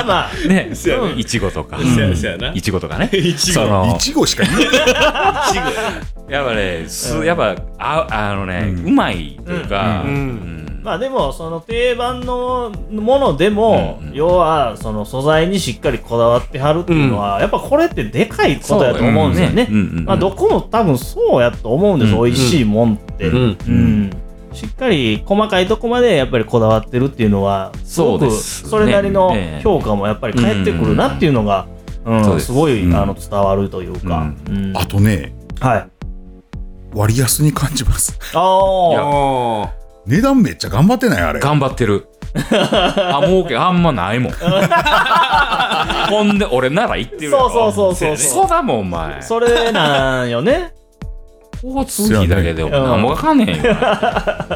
S2: あまあ
S4: ね。
S3: そうやね
S4: いちごとか。
S3: そうやそうやない
S4: ちごとかね。
S3: いちご
S4: その
S1: い、ちごしか言 えない
S4: やっぱね、すやっぱ、ああのね、
S1: うん
S4: うまいというか、
S1: うん
S4: うん
S2: まあでもその定番のものでも、
S4: うんうん
S2: 要はその素材にしっかりこだわってはるっていうのは、やっぱこれってでかいことやと思うんですよね。
S4: そうだよねうんうんうん
S2: まあ、どこも多分そうやと思うんです、
S4: うんうん
S2: 美味しいもんって。
S5: うん
S2: うんしっかり細かいとこまでやっぱりこだわってるっていうのはごく
S4: そうですね
S2: それなりの
S4: ええ
S2: 評価もやっぱり返ってくるなっていうのが、うん
S4: そうです
S2: すごい、
S1: うん
S2: あの伝わるというか、うん
S1: あとね、
S2: はい
S1: 割安に感じます。
S2: あ
S5: あ
S1: 値段めっちゃ頑張ってないあれ。
S4: 頑張っ てるあ儲けあんまないもんほんで俺なら行ってるやろ
S2: そうそうそうそう
S4: そうだもんお前
S2: あそれなんよね
S4: 交通費だけでもなんもわかんねえよ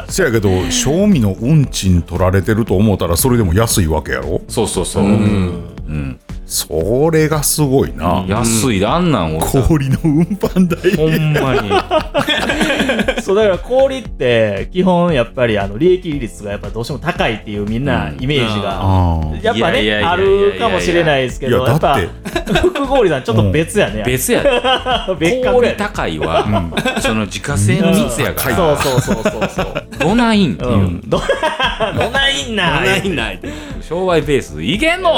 S1: せやけど、賞味の運賃取られてると思ったら、それでも安いわけやろ
S4: そうそうそう、
S5: う
S4: うん
S5: ん
S1: それがすごいな。
S4: 安いであんなんをほ
S1: 氷の運搬代。
S4: んまに
S2: そうだから氷って基本やっぱりあの利益率がやっぱどうしても高いっていうみんな
S4: うん
S2: イメージが、
S1: ああ。
S2: やっぱ
S4: いやいやいやい
S2: ね
S4: や
S2: あるかもしれないですけ
S1: いや
S2: どやっ
S1: だ
S2: ぱ
S1: っ
S2: 福氷さんちょっと別やね、
S4: 別やで
S2: 別格や
S4: 氷
S2: ね
S4: 高いは、その自家製の蜜やから、
S2: そうそうそうそうそう
S4: どないんっていう、
S2: うんどどないんな
S5: ないない
S4: 商売ベースいけんの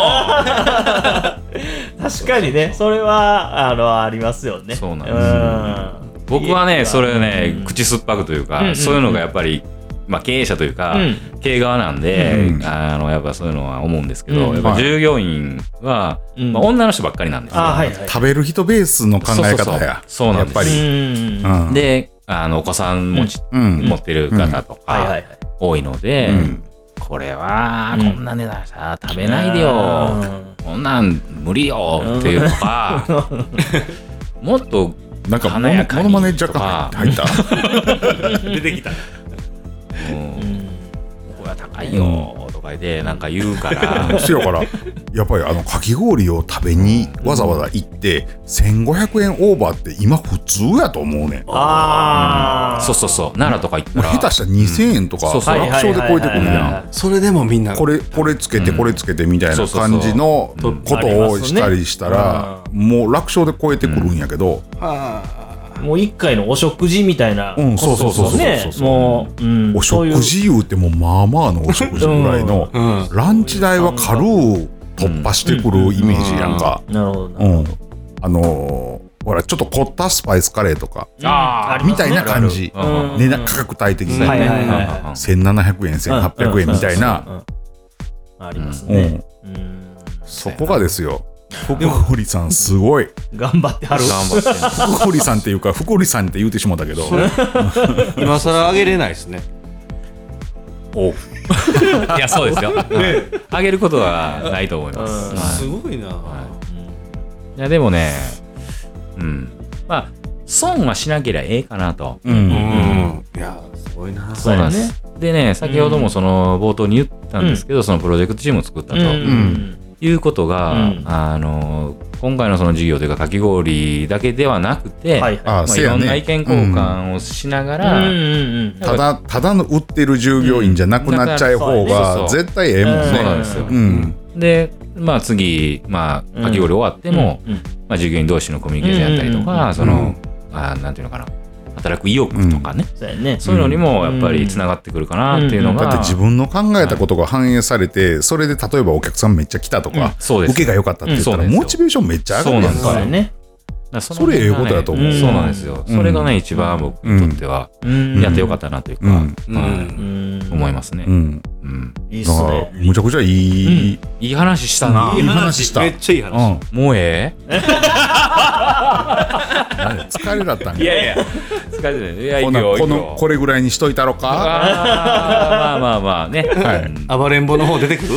S2: 確かにねそれはあのありますよね
S4: そうなん
S2: です
S4: 僕はねそれね、口酸っぱくというか、
S2: うんうんうん
S4: そういうのがやっぱり、まあ、経営者というか、
S2: う
S4: 経営側なんで、
S1: うん
S4: あのやっぱそういうのは思うんですけど、
S2: うん
S4: やっぱ従業員は、
S2: うん
S4: まあ、女の人ばっかりなんですよ。
S2: あはいはい
S1: 食べる人ベースの考え
S4: そうそう
S1: 方
S4: そう
S1: や。
S4: そうなんです
S1: やっぱり。
S2: うんは
S1: うん、
S4: であのお子さん持ち、
S1: うん
S4: 持ってる方と
S2: いはいは
S4: か
S2: い
S4: 多いので、
S1: うん
S4: これは
S2: うん
S4: こんな値段さ食べないでよ、こんなん無理よっていうとか、 もっと
S1: なんかモ
S4: 華
S1: ノ
S4: やか
S1: モ
S4: に
S1: ノマネ若干入った。
S5: 出てきた
S4: うん
S2: うん
S4: これは高いよとかでなんか言うから、
S1: せやから、やっぱりあのかき氷を食べにわざわざ行って、1500円オーバーって今普通やと思うねん。
S2: ああ
S4: そうそうそう奈良とか行ったら
S1: 下手したら2000円とか、
S4: そうそう
S1: 楽勝で超えてくる
S2: はいはいはい
S1: や
S2: は
S1: ん。
S5: それでもみんな
S1: これこれつけて
S4: うん
S1: これつけてみたい
S4: そ
S1: な
S4: うそうそう
S1: 感じの
S4: う
S1: こ
S4: ん
S1: とをしたりしたら、もう楽勝で超えてくるんやけど、
S5: あ
S2: もう一回のお食事みたいな
S1: うんそうそうそうそう
S2: ことですよねもううん
S1: お
S2: そういう
S1: 食事言うてもまあまあのお食事ぐらいの、
S5: うん
S1: ランチ代は軽う突破してくるイメージやんか、
S2: なるほどな
S1: うんあのーほらちょっと凝ったスパイスカレーとか
S4: あー
S1: みたいな感じ、
S4: うんうんうん
S1: 値段価格帯的に、
S2: うんはいはいはい
S1: 1700円1800円みたいな、
S2: うんうんうんあります
S1: うん
S2: ねうん
S1: そこがですよ福堀さんすごい
S2: 頑張ってはる
S4: 頑張ってんの
S1: 福堀さんっていうか福堀さんって言うてしもたけど
S5: あ今更あげれないですね
S1: お
S4: いやそうですよあげることはないと思います、
S2: うん
S4: はい
S5: すごいな
S4: やでもねうんまあ損はしなければええかなと
S1: う
S5: うんんいやすごいな
S2: そうやね
S4: そうなんですでね先ほどもその冒頭に言ったんですけど、そのプロジェクトチームを作ったと、
S2: うん
S4: いうことが、
S2: うん
S4: あの今回のその事業というかかき氷だけではなくて、
S2: はい
S1: あ
S4: まあ、
S1: せ
S4: い
S1: や
S4: ろん
S1: ね
S4: な意見交換をしなが
S2: うん
S4: ら、
S2: うんうん
S1: ただただの売ってる従業員じゃなくなっちゃう方
S4: う
S1: が
S4: ん
S1: 絶対ええもん
S2: うん
S4: そうな
S1: ね
S4: んですよ
S1: う。ん
S4: で、まあ、次、まあ、かき氷終わっても、
S2: うん
S4: まあ、従業員同士のコミュニケーションやったり
S2: う
S4: と
S2: んうん
S4: か、その、あなんていうのかな、働く意欲とかね、
S2: そうやね
S4: そういうのにもやっぱりつながってくるかなっていうのが、
S1: だって自分の考えたことが反映されてそれで例えばお客さんめっちゃ来たとか
S4: そうです
S1: 受けが良かったって言った
S4: うんそう
S1: ら
S4: ですよ
S1: モチベーションめっちゃ上がるやん
S2: そう
S1: か
S2: やね
S4: だからの
S1: それええことやと思う
S4: 辺がねそうなんですよ。
S1: うん
S4: それがね、一番僕にとっては、
S2: うん
S4: やってよかったなというか、
S1: うん
S5: う
S4: は
S5: ん
S4: い
S2: うん
S4: 思いますね
S1: う。ん
S4: うん
S2: いいっ
S1: だ
S2: す
S1: から
S2: ね
S1: むちゃくちゃいい
S4: いい話したな。
S1: いい話した
S5: めっちゃいい話
S1: うん
S4: もうええ
S1: 疲れだったん
S4: い
S1: や
S4: やいや、 疲れてない。いや、い
S1: こ
S4: い
S1: んな
S4: よ、いい
S1: こ
S4: よ。
S1: のこれぐらいにしといたろか
S4: あーまあまあまあね。
S1: はい
S4: うん
S5: 暴れん坊の方出てくる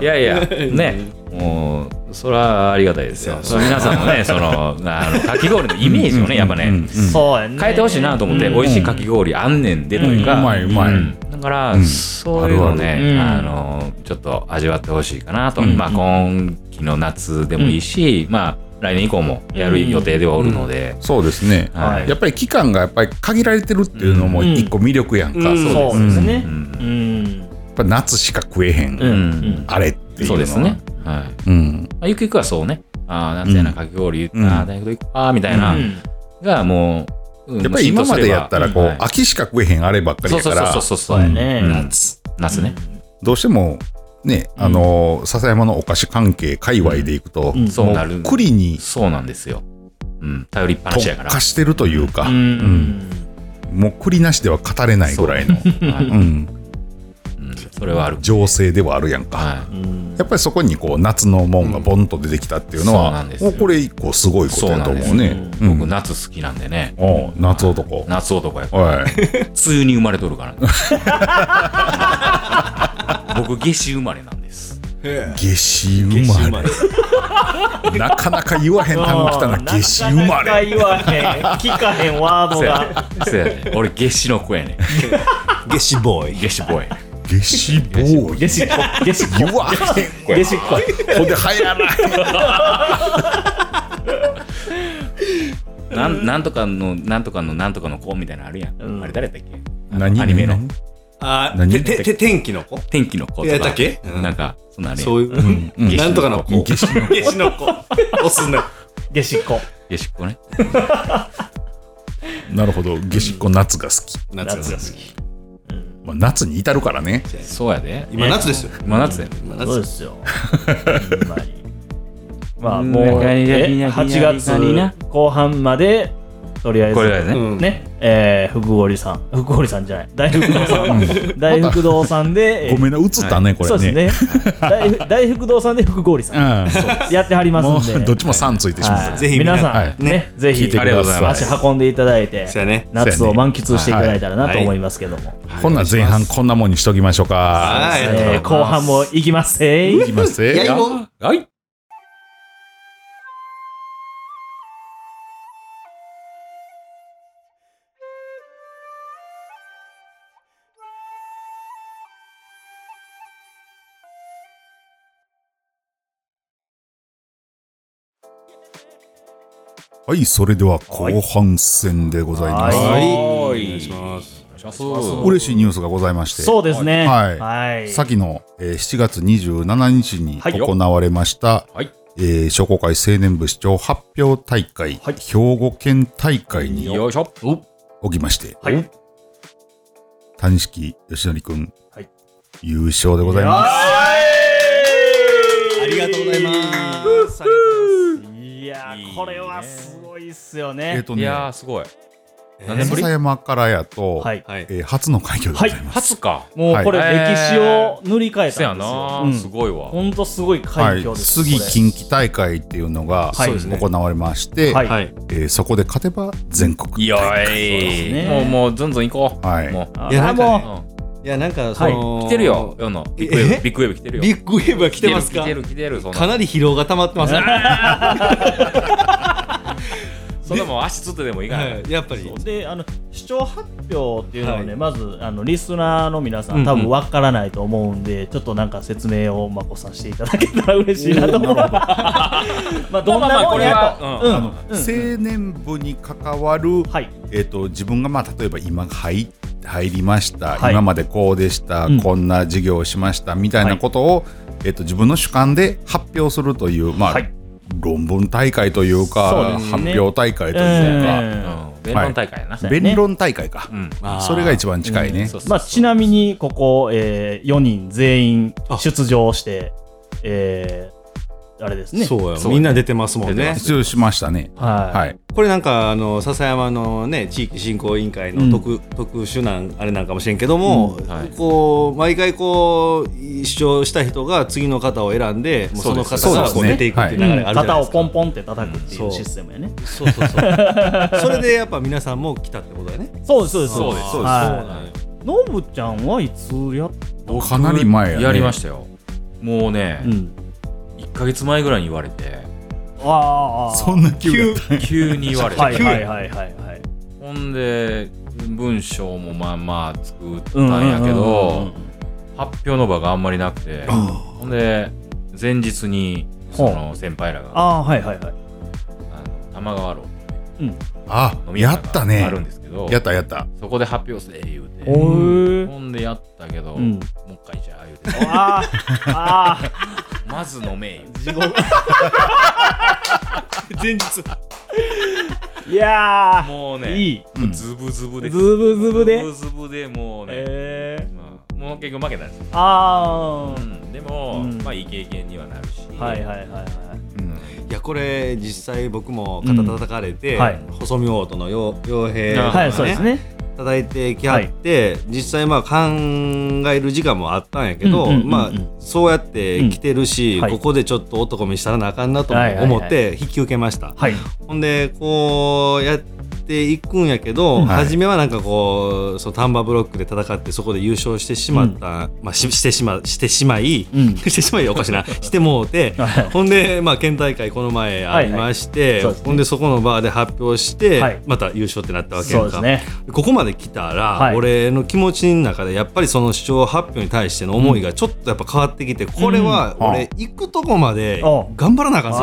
S4: いやいや、ね、もう、それはありがたいですよ。それ皆さんもね、その、あのかき氷のイメージをね、やっぱ
S1: うん
S4: ね、
S2: そうやね
S4: 変えてほしいなと思って、
S2: うん
S4: 美味しいかき氷あんねんでという
S1: うま
S4: か、
S1: いうまい
S4: んだから、
S1: ん
S4: そういうのね、
S2: あるあ
S4: あ
S2: る
S4: の、ちょっと味わってほしいかなと。
S1: うん
S4: まあ、今期の夏でもいいし、まあ、来年以降もやる予定ではおるので、
S1: そうですね
S4: は
S2: はい
S4: い。
S1: やっぱり期間がやっぱり限られてるっていうのも一個魅力やんか
S5: う
S1: や
S5: ん
S1: っ
S2: そうですね
S4: うん
S2: うん
S1: ぱ夏しか食えへ
S2: うんん
S1: あれっていうのは
S4: そうですね。は
S1: う
S4: い。
S1: ん
S4: まあ、ゆくゆくはそうね、ああ、夏やな、かき氷、あ
S1: う
S4: あ、
S1: ん
S4: 大学行こうか、みたいな、
S2: うん
S4: がもう、うん
S1: やっぱり今までやったらこう、
S4: うんはい
S1: 秋しか食えへんあればっかり
S4: そう
S1: や
S4: そ
S1: か
S4: うそう
S1: ら
S4: そうそう
S2: そうやね
S4: うん
S2: 夏
S4: 夏ね。
S1: どうしてもねあのー笹山のお菓子関係界隈でいくと、
S2: うん
S4: そうなる
S1: もう栗に
S4: そうなんですよ。うん、頼りっぱなしやか
S1: 特
S4: ら。
S1: 化してるというか、
S2: うん
S1: もう栗なしでは語れないぐらいの、うん、
S4: うんそれはある。
S1: 情勢ではあるやんか、
S4: はい。
S1: やっぱりそこにこう夏のもんがボンと出てきたっていうの
S4: うんそう
S1: は、
S4: なんです
S1: も
S4: よ
S1: うこれ一個すごいこと
S4: そう
S1: だ
S4: な
S1: と
S4: んで
S1: 思
S4: す
S1: う
S4: ね
S1: ね。。うん
S4: 僕、夏好きなんでね。
S1: おう夏男。
S4: 夏男やから
S1: おい。
S4: 梅雨に生まれと るからね僕夏至生まれなんです
S1: 夏至生まれ。なかなか言わへん単語きたな。
S2: うん
S1: 夏至生ま
S2: なかなか
S1: れ。
S2: 言わへん聞かへんワード
S4: せや
S2: が
S4: せやね俺夏至の子やね
S5: ゲシボーイ。
S4: 夏至ボー
S1: 夏至ボーイ。
S4: イ
S2: しっこ下しっ
S1: 言わへん。
S4: こや
S2: しっこ
S1: ほんで流行らない。
S4: なんなんとかのなんとかのなんとかの子みたいなのあるやん、
S2: うん
S4: あれ誰だっけあの
S1: 何
S4: アニメの
S1: 何
S5: あー、
S1: 何
S5: て、て、て、天気の子
S4: 天気の子
S5: や
S4: と
S5: った
S4: か
S5: っけうん
S4: なんかそんなんあれやん
S5: そういううん、
S4: 夏至
S5: なんとかの子。
S4: 夏
S5: ゲシの子。押すな。
S2: 下しっこ
S4: 夏至っ子ね
S1: なるほど。夏至っ子夏が好き。
S5: 夏
S2: 夏
S5: が
S2: が
S5: 好
S2: 好
S5: き。
S2: き
S1: まあ、夏に至るからね。
S4: そうやで
S5: 今夏ですよ。
S4: 今夏やね
S5: 今
S2: そう
S5: 夏。
S2: ですよほんまにまあもう
S4: うん
S2: え8月後半までとりあえず
S4: これだよね、
S5: うん
S2: ね、えー、福堀さん、福堀さんじゃない、大福堂さん、大福堂さんで、
S1: ごめんな、映ったね、こ
S2: そう
S1: れ
S2: です
S1: ね。
S2: ね、大福大福堂さんで福堀さん、
S1: う
S2: やってはりま
S1: ん。も
S2: すん
S1: う、
S2: で、
S1: どっちも3ついてしまった。
S2: はい
S5: ぜひ
S2: 皆
S5: 皆
S1: は
S2: さ
S1: い
S2: ん、ね、ぜ
S1: 聞い
S2: ひ
S1: てください。
S2: 足運んでいただいて
S5: そうやね、
S2: 夏を満喫していただいたらな
S5: そう
S2: と
S5: やね
S2: 思いますけども、
S1: こんなん前半こんなもんにしときましょうか。
S5: はい。ありがとうございます
S2: えー後半も行きますせ
S1: いきますぜ
S5: やいぼ
S4: はい
S1: はい、それでは後半戦でございます。
S2: はい
S5: お願いします。
S1: 嬉しいニュースがございまして。
S2: そうですね、
S1: はい
S2: はい、
S1: さっきの、えー7月27日に
S2: はいよ
S1: 行われました、
S4: はい
S1: えー商工会青年部市長発表大会、
S2: はい
S1: 兵庫県大会に
S4: よいしょ
S1: 起きまして、
S2: はい、
S1: 谷敷義則君、
S2: はい
S1: 優勝でございま
S5: ありがとうございます。あり
S2: いやーこれはすごいっすよね
S1: す。えっ、と
S4: い
S1: ね、
S4: やーすごい何
S5: が
S4: 年
S5: と
S4: ぶ
S5: う
S4: り
S1: 笹山からやと、
S2: はい、
S5: はい。
S1: えー初の快挙でございます。
S4: 初か
S2: もうこれ
S4: はい
S2: 歴史を塗り替え
S4: せ
S2: た
S4: や
S2: んです
S4: な、
S2: ようん。
S4: すごいわ
S2: 本当すごい快挙です。
S1: 次
S2: これ
S1: 近畿大会っていうのが、
S2: はい
S1: 行われまして、
S2: はい、
S5: はい。
S1: えーそこで勝てば全国
S4: よ
S1: 大会
S4: い、
S2: ね
S4: もうもうどんどん行こう、
S1: はい
S4: もう
S2: あ
S5: いやなんかね
S2: もう
S4: う
S5: いや、なんか、その、
S4: ん、来てるよ。世のビッグウェー
S5: え
S4: ブビッグウェーブ来てるよ
S5: ビッグウェーブが来てます
S4: 来
S5: か
S4: てる来てる来てるそん
S5: か
S4: な
S5: なり疲労が溜まってますね。
S4: そんなもん足つってでもいいから、
S5: はいやっぱり。
S2: であの視聴発表っていうのはね、
S5: はい
S2: まずあのリスナーの皆さ
S4: うんん
S2: 多分わからないと思うんで、ちょっとなんか説明をまこさんしていただけたら嬉しいなと思 うまあどん
S4: まあまあ
S2: な
S4: こ
S2: もん
S4: れ
S2: や
S4: は
S2: と、うんうん
S1: 青年部に関わる、
S2: はい
S1: えっと自分がまあ例えば今入入りました、
S2: はい
S1: 今までこうでした、
S2: うん
S1: こんな事業をしましたみたいなことを、えっと自分の主観で発表するという、まあ
S2: はい
S1: 論文大会というか
S2: そうですね
S1: 発表大会と
S2: え
S1: いうか、
S2: ー
S4: うん弁論大会やな、
S2: え
S1: 弁論大会か、
S4: うん
S5: あー
S1: それが一番近いね、
S4: そうそう
S2: まあちなみにここ、えー、4人全員出場してえー、あれですね
S5: そうや
S4: そうや
S5: みんな出てますもん
S4: 出て
S5: ね
S4: ま。
S1: 一応しましたね
S2: はい、
S1: はい
S5: これなんかあの笹山のね地域振興委員会
S2: うん
S5: の特、特殊なんあれなんかもしれんけども、
S4: んはい
S5: こう毎回こう主張した人が次の方を選んで、もうその方
S1: そうで
S5: が
S1: す
S5: こう出ていくっていう流れがあるじゃない
S2: 肩
S5: で
S2: を
S5: す
S2: ポ
S5: か
S2: ン。ポンって叩くってい
S5: うん
S2: う
S5: そう
S2: システムやね、
S5: そうそうそう。それでやっぱ皆さんも来たってことだね。
S2: そうですそうです
S4: そうです
S5: そうです
S2: はいノブちゃんはいつやっ
S4: 僕
S1: かなり前やね
S4: やりましたよもうね、
S2: ん
S4: 一1か月前ぐらいに言われて
S2: ああ
S1: そんな急やった
S4: 急に言われて、
S2: はいはいはいはいはい
S4: ほんで文章もまあまあ作ったんやけど、発表の場があんまりなくてほんで前日にその先輩らが
S2: ああーはいはいはい
S4: あの玉川ロ
S1: あ
S4: 飲み
S1: や
S4: 屋
S1: った
S4: があるん
S1: ね
S4: ですけど
S1: やったやった
S4: そこで発表せえ言うて
S2: おー
S4: ほんでやったけど、
S2: うん
S4: もう一回じゃあ言うて
S2: あーあー
S4: まず飲めえ言うて
S2: 地獄前日いや
S4: もう
S2: ー
S4: ね
S2: いい
S1: うん
S4: ズブズブで
S2: ズブズブで
S4: ズブズブでもうね、
S2: えー
S4: まあ、もう結局負けたんですよ、
S2: あー
S4: でも、
S2: うん
S4: まあいい経験にはなるし、
S2: はいはいはいはい
S1: うん
S5: いやこれ実際僕も肩叩かれて、
S2: うんはい
S5: 細見王との傭傭兵
S4: あ
S5: と
S4: ーは
S5: か
S2: はい、そうですね。
S5: 叩いてきはって、実際まあ考える時間もあったんやけど、
S2: うんうんうんうん
S5: まあそうやって来てるし、
S2: うんはい
S5: ここでちょっと男見したらなあかんなと思って引き受けました、
S2: はい。
S5: ほんでこうやっていくんやけど、
S2: うん
S5: 初めはなんかこうその丹波ブロックで戦ってそこで優勝してしまった、まあ、ししてしましてしまい、
S2: う ん。
S5: してしまいおか しいなしてもうて
S2: はい
S5: ほんで、まあ、県大会この前ありまして、
S2: はいはいそうですね
S5: ほんでそこのバーで発表して、
S2: はい
S5: また優勝ってなったわけや
S2: そうんです
S5: か、
S2: ね。
S5: ここまで来たら、
S2: はい
S5: 俺の気持ちの中でやっぱりその主張発表に対しての思いがちょっとやっぱ変わってきて、これは
S1: うん
S5: 俺行くとこまで
S2: うん
S5: 頑張らなあかん
S2: あ
S5: ぞ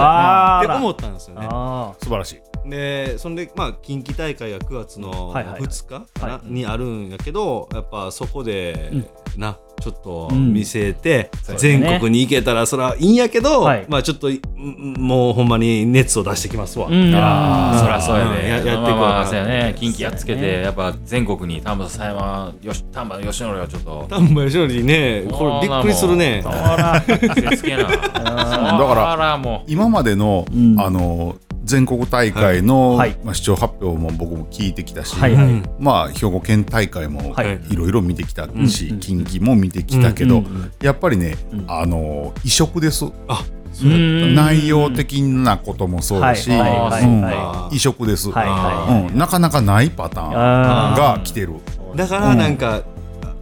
S5: って
S2: ら
S5: 思ったんですよね。
S2: あ
S1: 素晴らしい。
S5: でそんでまあ近畿大会が9月の
S2: はいはいはい
S5: 2日かな、
S2: はい
S5: にあるんやけどやっぱそこで、なちょっと
S2: うん
S5: 見せて、
S4: そうです
S2: ね
S5: 全国に行けたらそらいいんやけど、
S2: はい
S5: まあちょっとうんもうほんまに熱を出してきますわ。
S2: あ。うん。
S4: ああ、そりゃ
S2: あ
S4: そうやね。
S5: うんややっていこうかな
S4: まあまあ、そうやね。近畿やっつけ
S2: そうや
S4: て、やっぱ全国に丹波篠山、よし、丹波吉野がちょっと。
S5: 丹波よりねこれびっくりするね
S4: そ。ら、せつけな。だ からもう。
S1: 今までの、
S2: うん
S1: あの全国大会の、
S2: はい
S1: まあ、視聴発表も僕も聞いてきたし、
S2: はいは
S5: う
S2: い
S5: ん。
S1: まあ、兵庫県大会も
S2: はい
S1: いろいろ見てきたし、
S2: うん
S1: 近畿も見てきたけど、
S2: うんうん
S1: やっぱりね、
S2: うん
S1: あの異色です
S2: うん
S1: 内容的なこともそうだし、
S2: はい
S4: はい
S1: うん
S5: はい
S1: 異色です、
S2: はいはい
S1: うん、なかなかないパターン
S2: あー
S1: が来てる。
S5: だからなんか、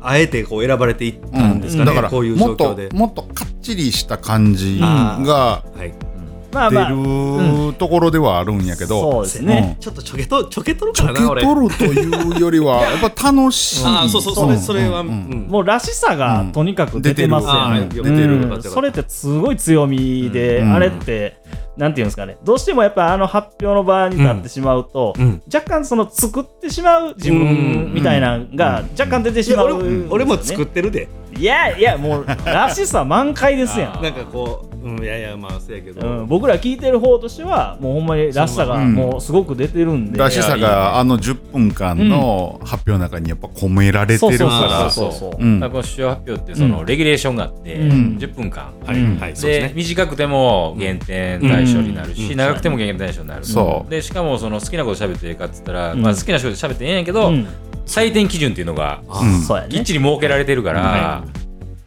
S5: あえてこう選ばれていったんですか
S1: だ
S5: ね、
S1: から
S5: こういう
S1: も
S5: 状
S1: っと
S5: 況で。
S1: もっとかっちりした感じが
S5: はい、
S2: まあ
S1: 出
S2: まあ。
S1: るところではあるんやけど、
S2: そうですね。
S5: ちょっとちょけとちょけとる
S1: ちょ
S5: か
S1: け
S5: な俺。
S1: 取るというよりはやっぱ楽しい。
S5: ああそうそうそれそれは、うん
S1: ん
S5: うん
S2: もうらしさがとにかく出てますよね。
S5: ああよ
S1: 出
S5: か
S1: て
S5: っ
S1: る
S5: たよか
S2: う
S5: っ
S2: ん、
S5: た
S2: それってすごい強みで、
S1: うん
S2: あれって、なんていうんですかね、どうしてもやっぱあの発表の場に立ってしまうと、
S5: うん
S2: 若干その作ってしまう自分みたいなのが若干出て
S5: い
S2: し
S5: や
S2: まう
S5: 俺
S2: んですよね、
S5: も俺も作ってるで、
S2: いやいや、もうらしさ満開で すやん。
S5: なんかこう、うん、いやいやまあそうやけど、
S2: うん、僕ら聞いてる方としては、もうほんまにらしさが
S1: うん
S2: もうすごく出てるんで、
S1: らしさ
S4: いやい
S1: があの10分間の発表の中にやっぱ込められて
S2: そう
S1: る
S2: そう
S1: か
S2: そうそうそう
S1: ら。うん
S4: だからこの主張発表って、その、
S2: うん
S4: レギュレーションがあって、
S2: うん
S4: 10分間。
S5: はい、はいそう
S4: で
S5: ですね。
S4: 短くても減点対象になる
S5: うん
S4: し、
S5: うん
S4: 長くても減点対象になる、
S1: そう
S4: でしかもその好きなこと喋っていいかっつったら、
S2: うん
S4: まあ、好きな仕事喋ってええんやけど、
S2: うん
S4: 採点基準っていうのが
S1: うん
S2: そうや
S4: きっ
S2: ね。
S4: ちり設けられてるから、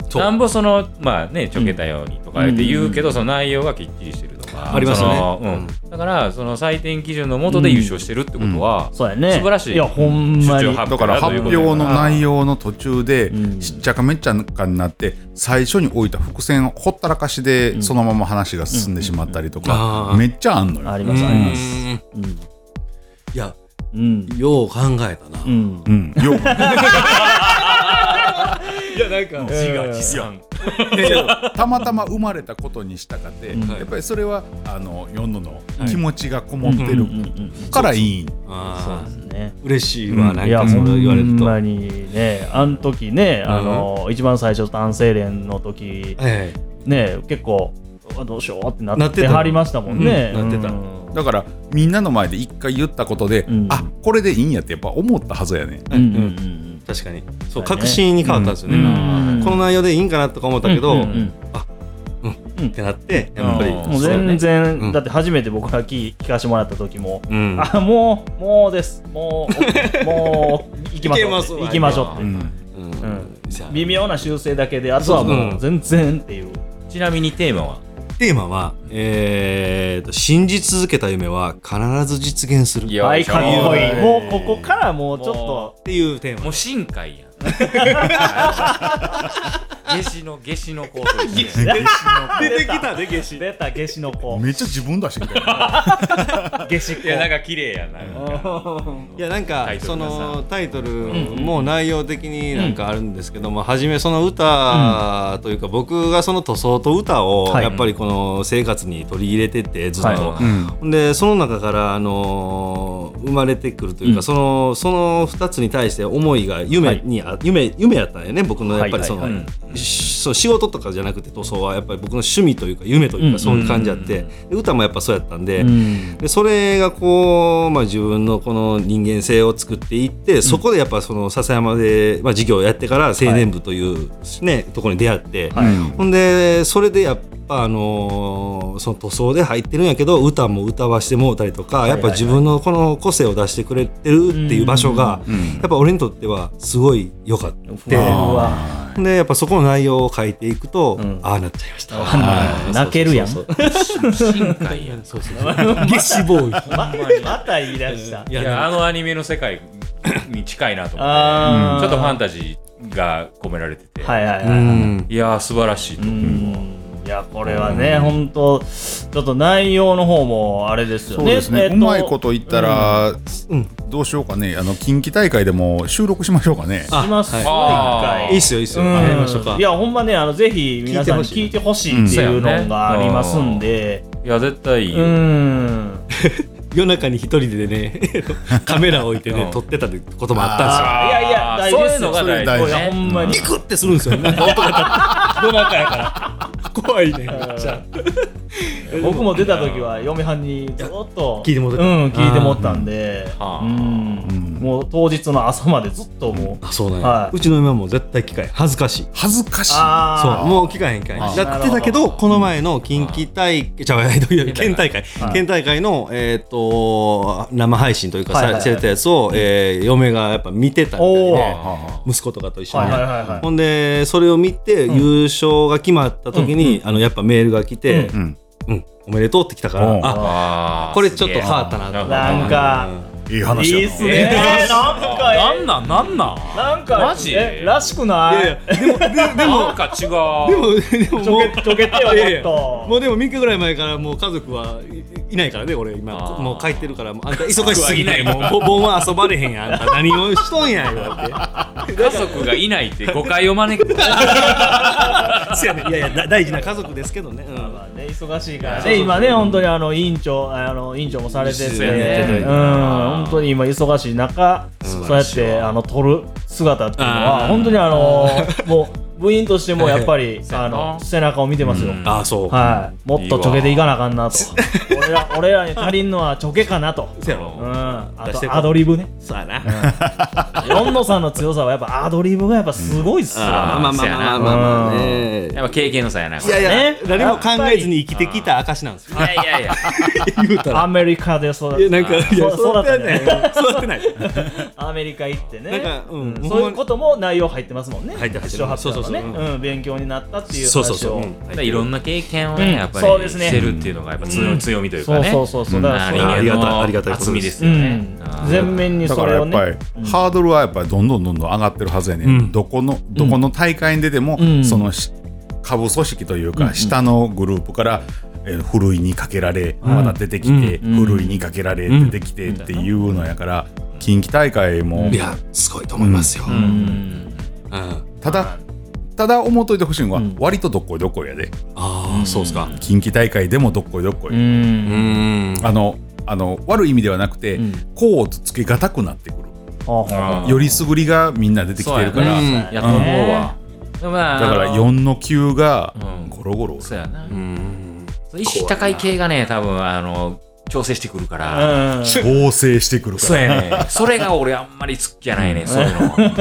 S5: そう
S4: なんぼそのまあねちょけたようにとか言って言うけど、その内容がきっちりしてるとか
S5: ありますよね
S4: そのうんだからその採点基準のもとで優勝してるってことは、
S2: そうやね。
S4: 素晴らしい
S2: いや、ほんま
S4: 出
S2: に
S4: 張。発
S1: だから発表の内容の途中で
S2: うん
S1: しっちゃかめっちゃかになって最初に置いた伏線をほったらかしでそのまま話が進んでしまったりと
S5: うん
S1: か
S5: うん
S1: めっちゃあんのよ
S2: あ。ります、ありま
S5: う
S2: す。
S5: んい
S2: うん
S5: や
S2: うん。
S5: よう考えたな。
S2: うん
S1: う。ん、よう
S5: いやなんか、
S4: 自画自賛
S1: たまたま生まれたことにしたかって、
S2: うん
S1: やっぱりそれはあの世のの気持ちがこもってるからいい、
S5: あ
S2: そうですね。
S5: ー嬉しいわ、
S1: うん
S5: なん
S2: いや、
S5: かそ
S2: ほ
S5: れ言われる
S2: ん
S5: と。は
S2: まにね、あの時ね、あの、一番最初、男性連の時、
S5: いはい
S2: ね、結構、あどうしようってな
S5: な
S2: っ
S5: って
S2: て
S5: た
S2: はりましたもんね。
S5: うんなってた
S2: うん
S1: だからみんなの前で一回言ったことで、
S2: うん
S1: あこれでいいんやってやっぱ思ったはずやね。
S2: うんうんうん
S5: 確かにそう、
S2: はいね
S5: 確信に変わったんですよね、
S2: うん
S5: この内容でいいんかなとか思ったけど、
S2: うんうん
S5: ってなってやっぱり、
S4: うん
S2: もう
S4: そうやね
S2: 全
S5: う
S2: 然、
S5: ん
S2: だって初めて僕が聞聞かせてもらった時も、
S5: うん
S2: あ、もう、もうです。もう、 もう、行きましょう
S5: い
S2: って。
S5: けますわ
S2: 行きましょうっ
S1: う
S2: て。
S1: ん
S5: うん
S2: ん
S5: じゃあ
S2: 微妙な修正だけで、あとはもう全然っていう。
S4: ちなみにテーマは
S5: テーマは、えーと「信じ続けた夢は必ず実現する」っ
S2: はい、かっこいい。
S5: えー
S2: もうここからもうちょっと。
S5: ていうテー
S4: も
S5: マ
S4: う深海やん 夏至の夏至の子と一緒や
S5: 出てきたで下
S2: 出た夏至の子
S1: めっちゃ自分出してきたよね
S2: 夏至子
S4: いやなんか綺麗やななんか
S2: うん
S5: いやなんか
S4: タイト
S5: そ
S4: ルがさ
S5: のタイトルも内容的になんかあるんですけども初めその歌というか僕がその塗装と歌を
S2: はい
S5: やっぱりこの生活に取り入れててずっと、
S2: はい
S1: うん
S5: でその中から、あのー生まれてくるというか、
S2: うん
S5: そのその2つに対して思いが夢にあ、夢夢やったんよね僕のやっぱりその、
S2: はい
S4: はいはい
S5: しそう仕事とかじゃなくて塗装はやっぱり僕の趣味というか夢というかそういう感じあって、で歌もやっぱそうやったんで,、
S2: ん
S5: でそれがこう、まあ、自分のこの人間性を作っていってそこでやっぱその笹山で、まあ、事業をやってから青年部という、ねところに出会って、ほんでそれでやっぱあのーその塗装で入ってるんやけど歌も歌わしてもうたりとかやっぱ自分のこの個性を出してくれてるっていう場所が、やっぱ俺にとってはすごい良かった。
S2: うわ
S5: でやっぱそこの内容を書いていくと、ああなっちゃいました。
S2: 泣けるやん
S5: そうそう
S4: 深海や
S5: そうそうそう ゲシボーイ。
S2: ままた言い出した
S4: いやあのアニメの世界に近いなと思って
S2: あー
S4: ちょっとファンタジーが込められてて、
S2: はいはいは
S5: う
S2: い
S5: ん。
S4: いやー素晴らしいと思う、
S2: いやこれはね、本当ちょっと内容の方もあれですよ
S1: そう
S2: ね。
S1: ですね、
S2: えっと
S1: うまいこと言ったら、
S5: うん
S1: どうしようかねあの近畿大会でも収録しましょうかね
S5: あ
S2: しますよ、
S4: は
S2: 一
S4: い
S5: い
S2: 回。
S5: いっすよいいっすよ。
S2: うん
S5: やりましょうか
S2: い。やほんまねあのぜひ皆さんに聞
S5: 聞
S2: い
S5: い
S2: てほしいっていうのがありますんで、
S4: いや絶対いいよ、
S2: うん、
S5: 夜中に一人で ねカメラ置いて
S4: う
S5: ね
S4: ん
S5: 撮ってたこともあったん
S4: あー
S2: いやいや大事
S4: そう
S2: ですよ
S4: いうのが大
S1: そ
S4: 事
S1: れ大事
S4: ね
S2: ほんまに
S5: ですよ。ビクってするんですよ。 なんか音が立って夜中やから怖いね。じゃ
S2: 僕も出た時は嫁はんにずっと
S5: 聞いてもら
S2: っ、
S5: ったて
S2: うん、聞いてもらったんで、
S4: はあ
S2: うんもう当日の朝までずっともう、
S5: あそうなん
S2: は
S5: や
S2: いう
S5: ちの今も絶対機会恥ずかしい。
S1: 恥ずかしい
S5: そう
S2: あ
S5: もう機会へんかい
S1: あー
S5: やってたけ
S2: なる
S5: ど
S2: ほど
S5: この前の近畿大会じゃあえっといや県
S4: 県
S5: 大会県大会のえっと生配信というか
S2: はいはいは
S5: さ
S2: い
S5: れてたやつをえー嫁がやっぱ見てたみたい
S2: お
S5: で
S2: ー
S4: あ
S5: 息子とかと一緒
S2: はい
S5: に
S2: はいはいはい
S5: ほんでそれを見て優勝が決まった時にあのやっぱメールが来て
S2: う
S1: うん
S5: 「うんおめでとう」って来たか
S1: う
S5: ら
S1: ん
S5: あ
S4: あー
S5: これちょっと
S4: すげえ
S5: 変わったなと
S2: なんか
S1: いい
S2: い
S1: 話
S2: い
S1: や
S2: っ
S1: な
S2: すね、えー、なんか
S4: な
S2: え
S4: んなんなんなん
S2: なんか
S4: マジ
S2: えらしくない
S4: なんか違
S5: で
S4: う
S5: もでも
S2: ちょ
S5: もう
S2: けちょけてよ
S5: いやい
S2: ちょ
S5: や
S2: っと
S5: もうでも3日ぐらい前からもう家族はいいないからね俺今
S4: あー
S5: もう帰ってるからもうあんた忙しすぎない
S4: 家族はいない
S5: もうぼ盆は遊ばれへんやんあんた何をしとんやん言わ
S4: 家族がいないって誤解を招く
S5: れてそうやねいやいやだ大事な家族ですけどね、うん
S2: まあね、忙しいからね、今ね、本当にあの委員長、あの委員長もされてて、
S4: そうや
S2: う
S4: ね
S2: ん、本当に今忙しい中、そうやってあの撮る姿っていうのは、
S5: あー
S2: 本当に あのもう部員としてもやっぱり
S4: そうや
S2: あ
S4: な
S2: の背中を見てますよ。
S4: うん
S5: ああそう、
S2: はい、もっとちょけていかなあかんなと。俺ら俺らに足りんのはちょけかなと。
S5: そうや
S2: う
S5: ろ
S2: ん、あ
S5: 出して
S2: と
S5: こう。
S2: アドリブね
S5: そうやな、
S2: 四野さんの強さはやっぱアドリブがやっぱすごいっすよ。
S5: あーまあまあまあまあまあまあね
S4: やっぱ経験の差やない
S5: いやいや、
S2: ね
S5: 何も考えずに生きてきた証なんですよ
S4: いやいやいや
S5: 言うたら
S2: アメリカで育
S5: いや
S2: て
S5: なんかいや
S2: そう
S5: 育
S2: だ
S5: て
S2: った
S5: ない
S2: ね
S5: 育てない
S2: アメリカ行ってね
S5: なんかうん
S2: う
S5: ほ
S2: ん
S5: んまに
S2: そういうことも内容入ってますもんね
S5: 入ってる入ってる
S2: 一緒発表のね
S5: そうそう
S2: うん勉強になったっていう話を
S5: そうそうそう、うん
S4: やっぱいろんな経験をね、
S2: うん
S4: やっぱり
S2: そうですね
S4: してるっていうのがやっぱ強,、
S2: うん
S4: 強みという
S2: そ
S4: か
S2: う
S4: ね
S2: そうそうそうだ
S4: ま
S2: か
S4: あ
S2: らそ
S4: 人
S2: れ
S5: ありがたいあり
S4: 間
S5: がたいことで
S4: の
S5: す
S4: 厚みです
S2: う
S4: よね
S2: ん、
S4: あー
S2: 全面に
S1: だ
S2: そ
S1: から
S2: れ
S1: や
S2: を
S1: っ
S2: ね
S1: ぱり、ハードルはやっぱりどんどんどんどん上がってるはずやね、
S5: うん
S1: どこのどこの大会に出ても、
S2: うん
S1: そのし下部組織というか、下のグループから、えーふるいにかけられ、また出てきて、ふるいにかけられ、出てきてっていうのやから近畿大会も、
S5: いやすごいと思いますよ、
S4: う
S5: うん
S4: ん
S5: あ
S1: ただただ思っといてほしいのは、割とどっこいどっこいやで
S5: あ、そうっすか
S1: 近畿大会でもどっこいどっこい、
S2: うん
S5: うん
S1: あのあの悪い意味ではなくて、
S2: ん
S1: こうつけがたくなってくる
S2: ほうほう
S4: あー
S1: よりすぐりがみんな出てきてるから。
S4: そうやね
S5: ん
S4: やと思うわ、でもまあ
S1: だから
S4: あの
S1: 4の9が
S4: うん
S1: ゴロゴロ
S4: そうやな、
S5: うん
S4: 意識高い系がね多分あの調整してくるから、
S2: うん
S1: 合成してくるから。
S4: そうやねそれが俺あんまり好きじゃないね、そういうの
S1: せや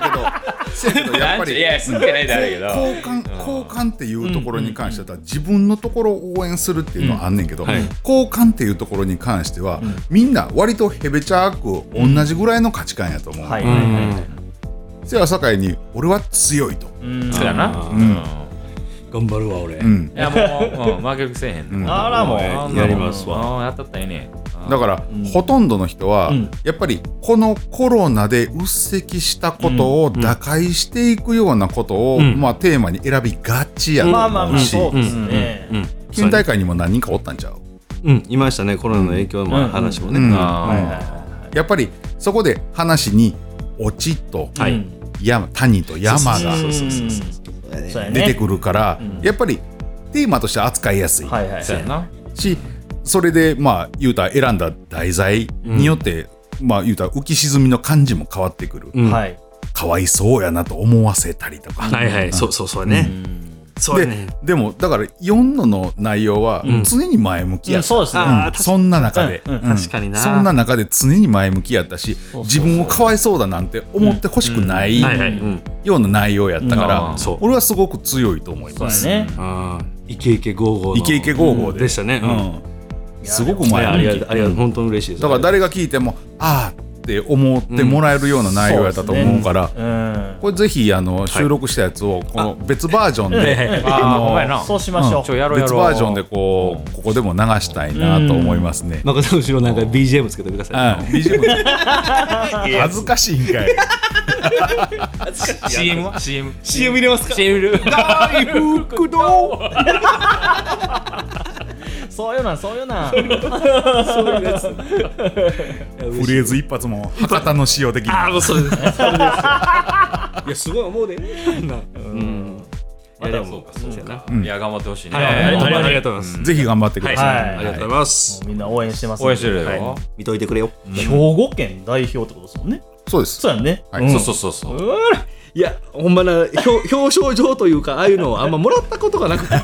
S1: けど、せやけど やっぱり。
S4: 好きじゃないだろうけ
S1: 交換交換っていうところに関しては自分のところを応援するっていうのはあんねんけど、
S5: はい
S1: 交換っていうところに関しては、みんな割とへべちゃーく同じぐらいの価値観やと思う、
S2: はい
S5: うん
S1: せやさかいに俺は強いと、
S2: うん
S4: そうやな
S5: う
S4: うん、
S5: 頑張るわ俺、
S1: うん
S4: いやもう、うん、負ける気せえへんね、
S1: うん
S2: あらもう
S5: や
S4: あんなもん
S5: やりますわ
S4: あーやったったらええねあー
S1: だから、ほとんどの人は、
S2: うん
S1: やっぱりこのコロナでうっせきしたことを打開していくようなことを、
S5: うん
S1: まあ、テーマに選びがちやと
S2: まあまあま
S1: 思
S2: あ
S1: うし
S2: そうですね
S5: うん
S1: 県大会にも何人かおったんちゃう
S5: うん、いましたね、コロナの影響
S2: うん
S5: の話もね。
S1: うん
S4: あー
S2: はいはいは
S1: やっぱりそこで話に落ちと
S2: いうん
S1: 山谷と山が
S2: そうそうそうそうやね
S1: 出てくるから、やっぱりテーマとして扱いやすい
S2: はいはい
S4: そうやな
S1: しそれでまあ言うたら選んだ題材によって、まあ言うたら浮き沈みの感じも変わってくる、
S5: うん
S2: はい
S1: かわいそうやなと思わせたりとか、
S5: はいはい、そうそうそうやね。そうやね
S1: で。でもだから4のの内容は常に前向きやった、
S2: そうですね。
S5: あー
S1: うんそんな中で、
S2: うんうん
S5: 確かにな
S1: そんな中で常に前向きやったし
S2: そう
S1: 自分をかわいそうだなんて思ってほしくない
S5: はいはい。うん。
S1: ような内容やったから、
S4: うん
S5: そう
S1: 俺はすごく強いと思い
S2: そう
S1: ま
S2: や
S1: す。
S2: ね。
S5: ああ、イケイケゴーゴーの。
S1: イケイケゴーゴーで,、
S5: でしたね。
S1: う
S5: うん
S1: すごく
S5: ん。いやあり
S1: 前向
S5: がと
S1: き
S5: う、ありがとう、本当に嬉しいです。
S1: だから誰が聞いてもああって思ってもらえるような内容やったと思うから、
S2: うん。
S1: これぜひあの収録したやつをこの別バージョンで、
S4: ああ、ほんまやな。
S2: そうしましょ
S4: ちょ、やろうやろ
S1: 別
S4: う。
S1: バージョンで こうここでも流したいなと思いますね。
S5: 誠さん後ろなんか BGM つけてくだ
S1: うん、
S5: さい。
S1: BGM 恥ずかしいんかい
S4: CM は ?CM。
S3: CM 入れますか
S4: CM る。大福堂
S2: う。そういうなん、そういうなん。
S1: フレーズ一発も博多の使用できる
S5: ああ、もうそれです。それですいや、すごい思うで。うん。い
S4: ま
S5: や、
S4: だ
S5: で
S4: そう
S5: も
S4: か、
S5: そうやな。
S4: いや、頑張ってほしいね。
S5: はい
S2: りがとうございます
S5: ありがとうございます。
S1: ぜひ頑張ってください。
S2: はい
S5: ありがとうございます。
S2: みんな応援してます。
S4: 応援してる
S5: はい
S4: よ。
S5: 見といてくれよ。
S2: 兵庫県代表ってことですもんね。
S1: そうです。
S2: そうやね。
S1: はい
S4: そうそうそうそう。
S5: いや、ほんまな、表 表彰状というか、ああいうのをあんまもらったこと がなくて、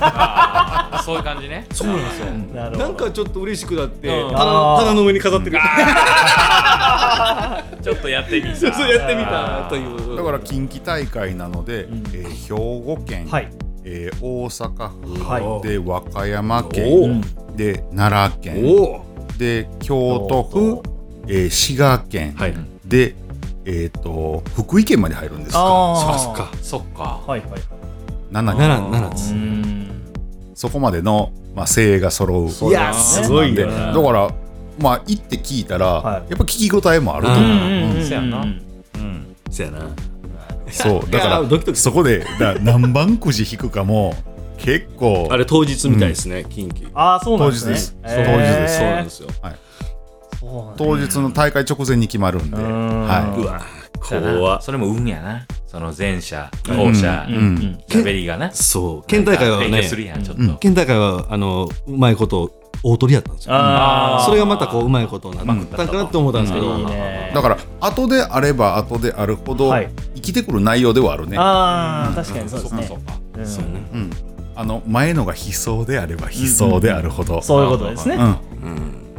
S4: そういう感じね。
S5: そうなんですよ。
S2: なるほど。
S5: なんかちょっと嬉しくなって、
S4: うん
S5: 棚棚の上に飾ってくれて、
S4: ちょっとやってみ
S5: そうそうやってみたという。
S1: だから近畿大会なので、えー兵庫県、
S2: はい。
S1: えー大阪
S2: は
S1: 府で和歌山
S5: お
S1: 県で奈良県
S5: おお、
S1: で京都府、えー滋賀県
S5: はい。
S1: で、えー、と福井県まで入るんですか
S2: ああ。
S5: そっか。
S4: そっか。
S2: はいはい。
S1: 7県
S5: 奈良奈良です。
S4: うん。
S1: そこまでの、まあ、精鋭が揃う
S5: いや
S4: ね
S5: すごい
S1: で
S5: よ
S1: だ
S5: ね。
S1: からまあ行って聞いたら、
S2: はい
S1: やっぱ聞き応えもあると
S5: う
S1: 思う、
S2: うんうん。
S4: そうやな。
S5: そうやな。
S1: そうだか
S5: い
S1: ら
S5: やドキドキす
S1: そこでだ何番くじ引くかも結構
S5: あれ当日みたいですね、近畿。
S2: ああ、そうなんです
S1: 当
S2: ね。
S1: 日です
S2: え
S5: そう
S2: ー
S5: そうなんですよ。
S2: そうなんです。
S1: 当日の大会直前に決まるんで、
S2: ん
S1: は
S5: うわ、
S4: そうやな
S5: 怖っ
S4: それも運やな。その前者、後者
S1: うん、
S4: 喋りがな。
S5: そう。県大会は
S4: 提供
S5: ね
S4: す、るやん、ちょっ
S1: うん
S4: と。
S5: 県大会はあのうまいこと大取りやったんですよ。
S2: ああ。
S5: それがまたこううまいことになったんかなって思ったんですけど、
S2: いいね
S1: い、。だから後であれば後であるほど、
S2: はい
S1: 生きてくる内容ではあるね
S2: ああ、確かにそうですね。
S4: そうか。
S2: うん
S5: そうね。
S1: うん、あの前のが悲壮であれば悲壮であるほど、
S2: そういうことですね。
S1: うん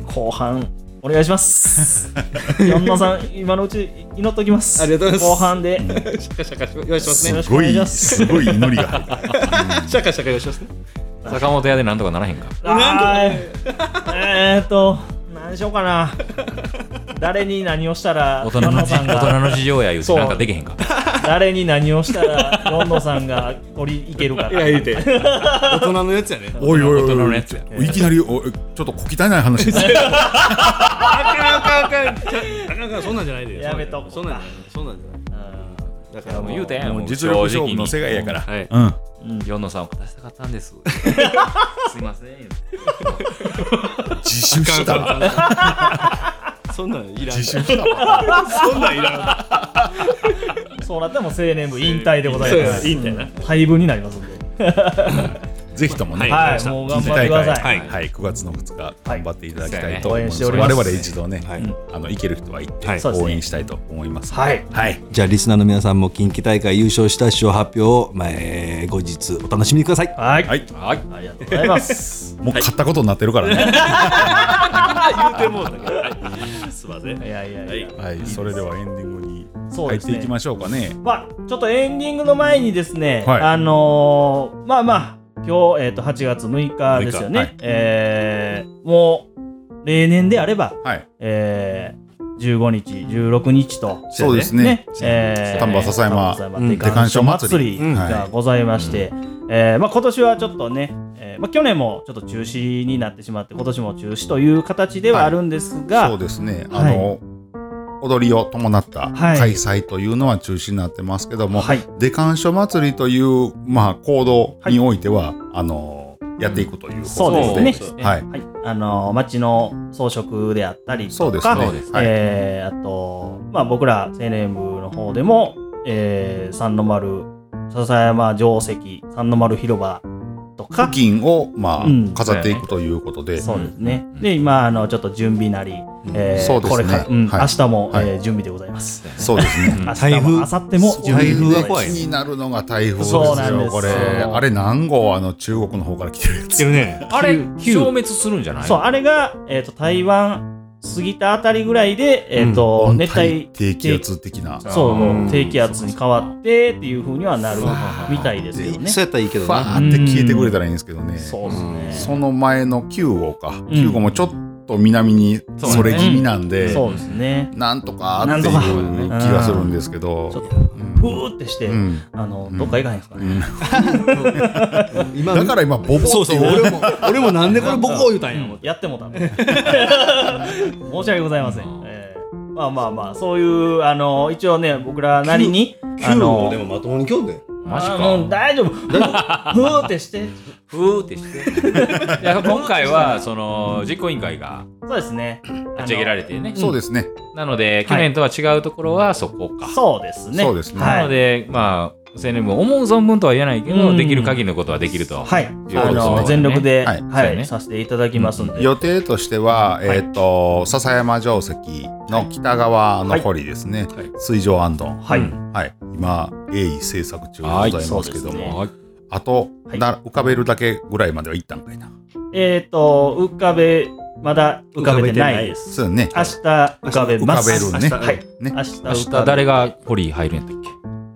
S2: 後半お願いし ます。 山田さん、今のうち祈っておきます。
S5: ありがとうございます
S2: 後半で。
S5: シャカシャカ用意します
S2: よろ
S5: ね。
S2: し
S1: す
S2: くお
S1: ご
S2: 願いし
S1: い
S2: ます
S1: すごい祈りが 入る
S5: シャカシャカ用意しますね。
S4: 坂本屋でなんとかならへんか。
S2: あーえーっと、何しようかな。誰に何をしたら、
S4: 大人の
S2: 山野
S4: 事
S2: さん
S4: 大人
S2: が、
S4: の事情や言うて
S2: そう
S4: なんかできへんか。
S2: 誰に何をしたら、ロンドさんが取りいけるか
S5: いや、
S2: ら。
S5: 言うて。大人のやつやね。
S1: おいおいお
S4: 大人
S1: いお
S4: の
S1: い
S4: やつや。
S1: いきなりおちょっと小汚い話 です
S5: あかんあかんあかんあかんあかんそんなんじゃないで
S2: やめとこう
S5: そんなんじゃないそんなんじゃない
S2: うん
S5: だからもう
S4: 言うてもう
S1: 実力勝負の世界やから、うん、
S4: 世野さんを出したかったんです。すいません。
S1: 自首したわ
S5: そんなんいらん
S1: 自首したわ
S5: そんなんいらん
S2: そうなったらもう青年部引退でございます。
S5: 引退引退な
S2: うん廃部になりますんで。
S1: ぜひともね、
S5: はい
S2: はい、もう頑張ってください。
S1: はい、はい、9月の2日頑張っていただきたいと
S2: は
S1: 思いま
S2: い応援し
S1: す。
S2: ておりま
S1: 我
S2: す
S1: 々一度ね、
S5: はい
S1: あの行ける人は行って、
S5: はい
S2: そうですね
S1: 応援したいと思います。
S2: はい
S1: はい、
S5: じゃあリスナーの皆さんも近畿大会優勝した賞発表を、まあえー後日お楽しみにください
S2: はい。
S1: はい、
S4: はい。
S2: ありがとうございます。
S1: もう買ったことになってるからね。
S5: すいません
S2: いやいやいや。
S1: はい、それではエンディングに
S2: そう
S1: 入
S2: で
S1: っ
S2: す
S1: て
S2: ね
S1: いきましょうかね。
S2: まあ、ちょっとエンディングの前にですね、
S1: はい
S2: あのーまあまあ、今日、えっ、と、8月6日ですよ
S1: 6日
S2: ね。
S1: はい
S2: えーもう、例年であれば、
S1: はい、
S2: えー、15日、16日と、
S1: そうですね。
S2: ね、えー
S1: 丹波篠山
S2: 丹波篠
S5: うん
S2: 山出鑑賞祭り
S1: うん
S2: がございまして、えーまあ、今年はちょっとね、えーまあ、去年もちょっと中止になってしまって、今年も中止という形ではあるんですが、
S1: そうですね。あの、踊りを伴った
S2: はい
S1: 開催というのは中止になってますけども、
S2: はい
S1: 出鑑賞祭りというまあ行動においては、あのやっていくというこ
S2: そう
S1: と
S2: ですね。
S1: はい、
S2: はい、あの町の装飾であったり
S1: そ
S2: と
S1: うです
S2: か、
S1: ね。
S4: そうです
S1: はい、
S2: えーあと、まあ、僕ら青年部の方でも、えー三の丸笹山城跡三の丸広場とか
S1: 付近を、まあ
S2: うん、
S1: 飾っていくということで、
S2: そうですね
S4: うん。
S2: で、今、あの、ちょっと準備なり、えー
S1: そうですね
S2: これから、うん、
S1: はい
S2: 明日も、
S1: はい
S2: えー準備でございます。
S1: そうですね。
S2: 明日
S5: 台風
S2: も、明後日も準備
S1: 台
S2: で
S1: 風
S2: ござい
S1: で気
S2: ます。
S1: になるのが台風です
S2: そうなんで
S1: よ、
S2: す
S1: これ。
S2: そう
S1: あれ何号あの中国の方から来てるやつ。
S5: るね。
S4: あれ
S2: 九
S4: 消滅するんじゃない
S2: そう、あれが、えっ、と、台湾過ぎたあたりぐらいで、えっ、と、
S1: 温
S2: 熱帯
S1: 帯低気圧的な。
S2: そう、
S4: うん
S2: 低気圧に変わってっていう風にはなる
S4: そうか
S2: みたいですけどね
S5: そう。やったらいいけど
S1: ファ
S5: な。
S1: ーって消えてくれたらいいんですけどね。
S2: そうですね。
S1: その前の9号か。
S2: ん
S1: 9号もちょっと南にそれ気味なんで、
S2: そうですね。
S1: なんとか
S2: な
S1: っ
S2: ん
S1: て
S2: と
S1: い
S2: か
S1: う気がするんですけ
S2: ちょっ
S1: ど。
S2: と、ふーってして、
S1: うん
S2: あの、どっか行かないですかね。
S5: 今
S1: だから今、ボボ
S5: そう
S1: って
S5: そう、
S1: 俺
S5: 俺も、俺もなんでこれ僕を言うたんや思って。
S2: やってもだめ。申し訳ございません。えーまあまあまあ、そういう、あの、一応ね、僕らなりに、あの、
S5: もまともに今日で。
S4: マジ
S2: あの
S4: か
S2: 大丈夫。ふーってして。
S4: ふーってして いや今回はその実行委員会が
S2: そうですね。
S4: 立ち上げられてね
S1: そうですね。
S4: なので去年とは違うところはそこか
S2: そうですね。
S1: そうですね
S2: はい
S4: なのでまあ青年部思う存分とは言えないけど
S2: うん
S4: できる限りのことはできると
S2: はい。
S1: ということ
S2: あ
S1: ですね
S2: の、全力で、
S1: は
S2: はいい、
S4: そうやね
S2: させていただきますんで。
S1: 予定としては、
S2: い
S1: えっ、と、笹山城跡の北側の堀ですね。
S4: はい
S1: 水上安頓。
S2: はい。
S1: はい、今鋭意制作中でございますけども、
S2: はいそうですね
S4: はい
S1: あと、
S2: はい
S1: な浮かべるだけぐらいまでは行ったんかいな。
S2: えっと、浮かべ、まだ浮かべてないです。
S1: そうよね。
S2: 明日浮かべます。
S1: 浮かべるね
S2: 明
S1: ね
S2: 日はい。明日浮か
S4: 明
S2: べ
S4: 日誰がポリ入るんやったっけ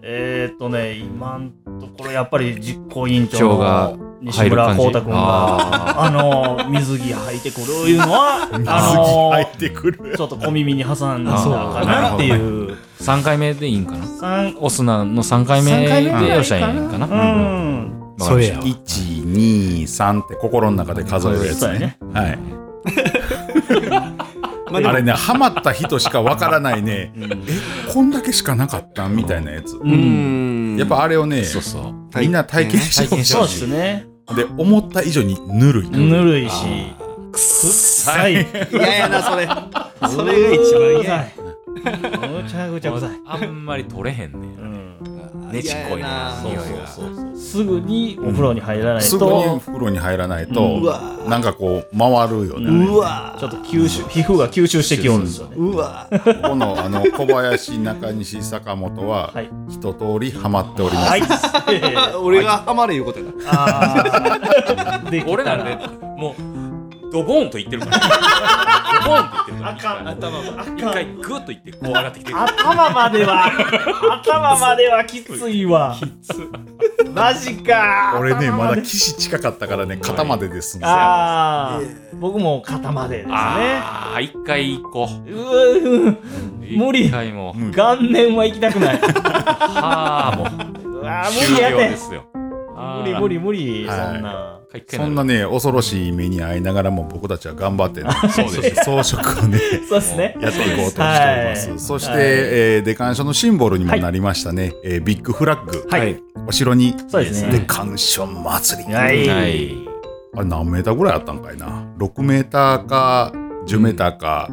S2: えーっとね、今んところやっぱり実行委員
S4: 長
S2: 長
S4: が
S2: の西村光太君が、
S4: あ
S2: あの、水着履いてくるいうのは、あ
S1: 入ってくる。
S2: の、ちょっと小耳に挟んだか
S1: あ
S2: な
S1: ー
S2: っていう。
S4: ー3回目でいいんかな
S2: 三
S4: オスナの3回目
S2: 三回目ぐらいか
S4: で
S2: な
S4: よっしゃいいんかな
S2: う
S4: わか
S2: ん。
S4: りました
S5: それや
S1: 一二三って心の中で数えるやつ
S2: そうや
S1: ね。
S2: ね。
S1: はい。
S5: まあで
S1: あ
S5: も
S1: れね、ハマった人しかわからないね。え、こんだけしかなかったみたいなやつ。
S2: う。
S5: うんん。
S1: やっぱあれをね、
S4: そうそう
S1: みんな体験してほし
S2: そうで
S1: い。
S2: すね。
S1: で、思った以上にぬるい。
S2: ぬるいし、臭い。
S5: いやいやな、それ。そ
S2: そ
S5: れが一番嫌や。
S2: 嫌い。むちゃくちゃ臭い。
S4: あんまり取れへんねん
S2: うん
S4: ねちっこいな
S5: 嫌や
S4: 匂
S5: ない
S4: が
S5: そうそうそう
S2: すぐにお風呂に入らない
S1: す
S2: と、
S1: ぐ
S2: ち
S1: に
S2: ょ
S1: 袋に入らない
S2: うん
S5: う
S1: と、
S5: わ
S1: なんかこう、回るよね。
S5: ーうわ
S2: っと吸収、皮膚が吸収してきよるんですよね
S5: ー。うわー
S1: ここのあの小林、中西、坂本は
S2: はい
S1: 一通りハマっております。
S2: はい。
S5: 俺がハマれいうことやな。
S2: あ ーできた
S4: 俺なんでもうドボンと言ってるからドボンと言ってるから
S2: あかん
S4: 頭が一回グッといってこう上がってきてる
S2: 頭までは頭まではきついわマジか
S1: 俺ね、
S2: 頭
S1: ま
S2: で
S1: だ岸近かったからね、肩までですんですよ
S2: ああ僕も肩までですね
S4: ああ一回行こ
S2: うー
S4: う
S2: 無理
S4: 一回もう
S1: うん
S2: 顔面は行きたくない
S4: はあもう
S2: うわー無理
S4: 終
S2: や
S4: 了で
S2: て
S4: すよ
S2: 無理無
S4: 理
S2: 理無理そ
S1: はい
S2: んな
S1: そんなね、恐ろしい目に遭いながらも僕たちは頑張ってね、
S4: そうです
S1: 装飾を ね、
S2: そうですね
S1: やっていこうとしております。
S2: はい
S1: そして、
S2: はい
S1: えー、デカンショのシンボルにもなりましたね、えービッグフラッグ、
S2: はい
S1: お城に
S2: そうです
S1: デ
S2: ね
S1: カンショ祭り。
S2: は
S4: はいい
S1: あれ何メーターぐらいあったんかいな ?6 メーターか10メーターか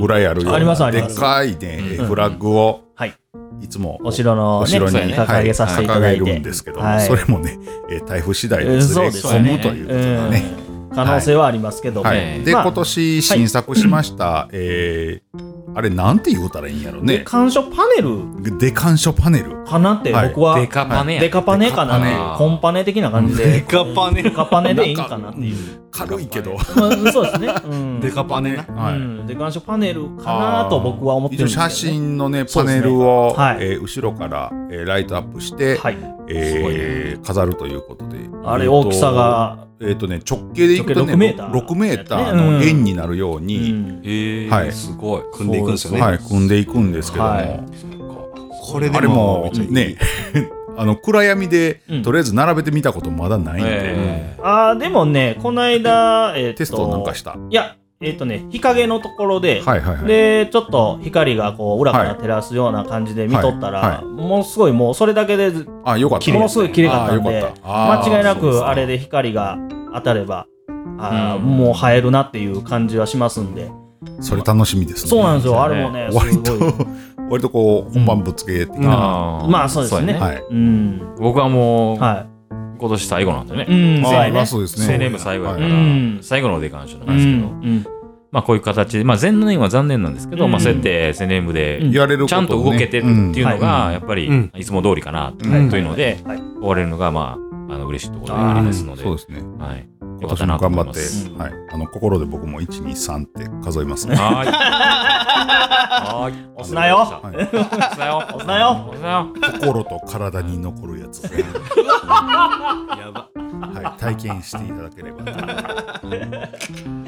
S1: ぐらいあるよう
S2: あります
S1: な
S2: あり
S1: で
S2: ます
S1: かいね、
S4: うん
S1: フラッグを
S2: はい
S1: いつも
S2: お城の
S1: お
S2: ね
S1: 城に、
S4: そうやね
S2: 掲げさせていただいて
S1: 掲げるんですけど、
S2: はい
S1: それもね、えー台風次第
S2: う
S1: で
S2: ん
S1: ず
S2: そう
S1: れ
S2: ですよ
S1: 込
S2: ね
S1: むということでね。
S2: うん可能性はありますけども
S1: は
S4: え
S1: い、
S4: ー
S1: で、
S2: まあ
S1: 今年新作しました、えーあれなんて言うたらいいんやろね
S2: 干渉パネル
S1: デカンショパネル
S2: かなって
S1: はい
S2: 僕は
S4: デカパネや
S2: デカパネか
S4: デカパ
S2: な
S4: ネ
S2: コンパネ的な感じでデ
S5: カパネ
S2: デカパネでいいんかなっていう
S1: 軽いけど
S2: まあそうですねうん
S5: デカパネな。
S1: は
S2: う
S1: い
S2: んデカンショパネルかなと僕は思って
S1: 一
S2: るん
S1: 応
S2: ですけど
S1: 写
S2: ね
S1: 真のね
S2: そ
S1: パ
S2: うです
S1: ネ
S2: ね
S1: ルを、
S2: はい
S1: えー後ろから、えーライトアップして、
S2: はい
S1: えー飾るということで
S2: あ
S1: え
S2: れ
S1: ーと
S2: 大きさが
S1: えっ、とね直径でいくとね
S2: 直径6メーター
S1: 6メーターの円になるよう
S2: う
S1: に、
S2: ん
S4: へえ、
S1: はい
S4: すごい
S5: 組んでいくんですよね。
S1: はい、組んでいくんですけども、
S2: はい
S5: これ
S1: あ
S5: で
S1: れも
S5: も、めっちゃいい
S1: ね あの暗闇で、
S2: うん
S1: とりあえず並べてみたことまだないんで、
S4: え
S2: あーでもねこの間えーと
S1: テストなんかした。
S2: いやえっとね日陰のところで
S1: はいはいはい。
S2: でちょっと光がこう裏から照らすような感じで見とった
S1: はいは
S2: ら
S1: い
S2: ものすごいもうそれだけでも
S1: あ、よかった。
S2: のすごい綺麗かったん
S1: あー
S2: で
S1: よかったあー
S2: 間違いな
S1: そうです
S2: く
S1: ね
S2: あれで光が当たればあー
S4: うん
S2: もう映えるなっていう感じはしますんで
S1: それ楽しみですね。
S2: そうなんですよ
S4: そう
S2: あ
S4: ですね
S2: れもねす
S1: 割
S2: ごい
S1: と、 割とこう、本番ぶつけ的
S2: うん
S1: な。
S4: あー
S2: まあそうですね
S1: はい。
S2: うん
S4: 僕はもう、
S2: は
S4: 今年最後なんでね。
S2: うん、
S1: まあ
S2: そうやね
S1: まあそうですね
S4: 青年部最後やから、
S1: は
S2: うん
S4: 最後のデカン賞なん
S2: う
S4: ですけど、
S2: ん
S4: まあこういう形で、まあ前年は残念なんですけど、
S2: うん
S4: まあそうやって青年部で
S1: やれることをね
S4: ちゃんと動けてるっていうの
S1: う
S4: が、
S1: ん
S4: やっぱり
S5: うん
S4: いつも通りかなと
S1: はい
S4: いうので、
S2: はい
S4: 終われるのが、まあ、あの嬉しいところでありますので、
S1: そうですね。
S4: はい。
S1: 今年も頑張って
S4: よ、
S1: はい、あの心で僕も1、2、3って数えますね。
S4: かったなと思います。はーい。はーい。
S2: 押すな よ
S1: はい、
S4: 押すなよ。押
S2: すなよ
S4: 押すなよ。
S1: 心と体に残るやつ、
S5: やば
S1: はい、体験していただければと。
S2: うん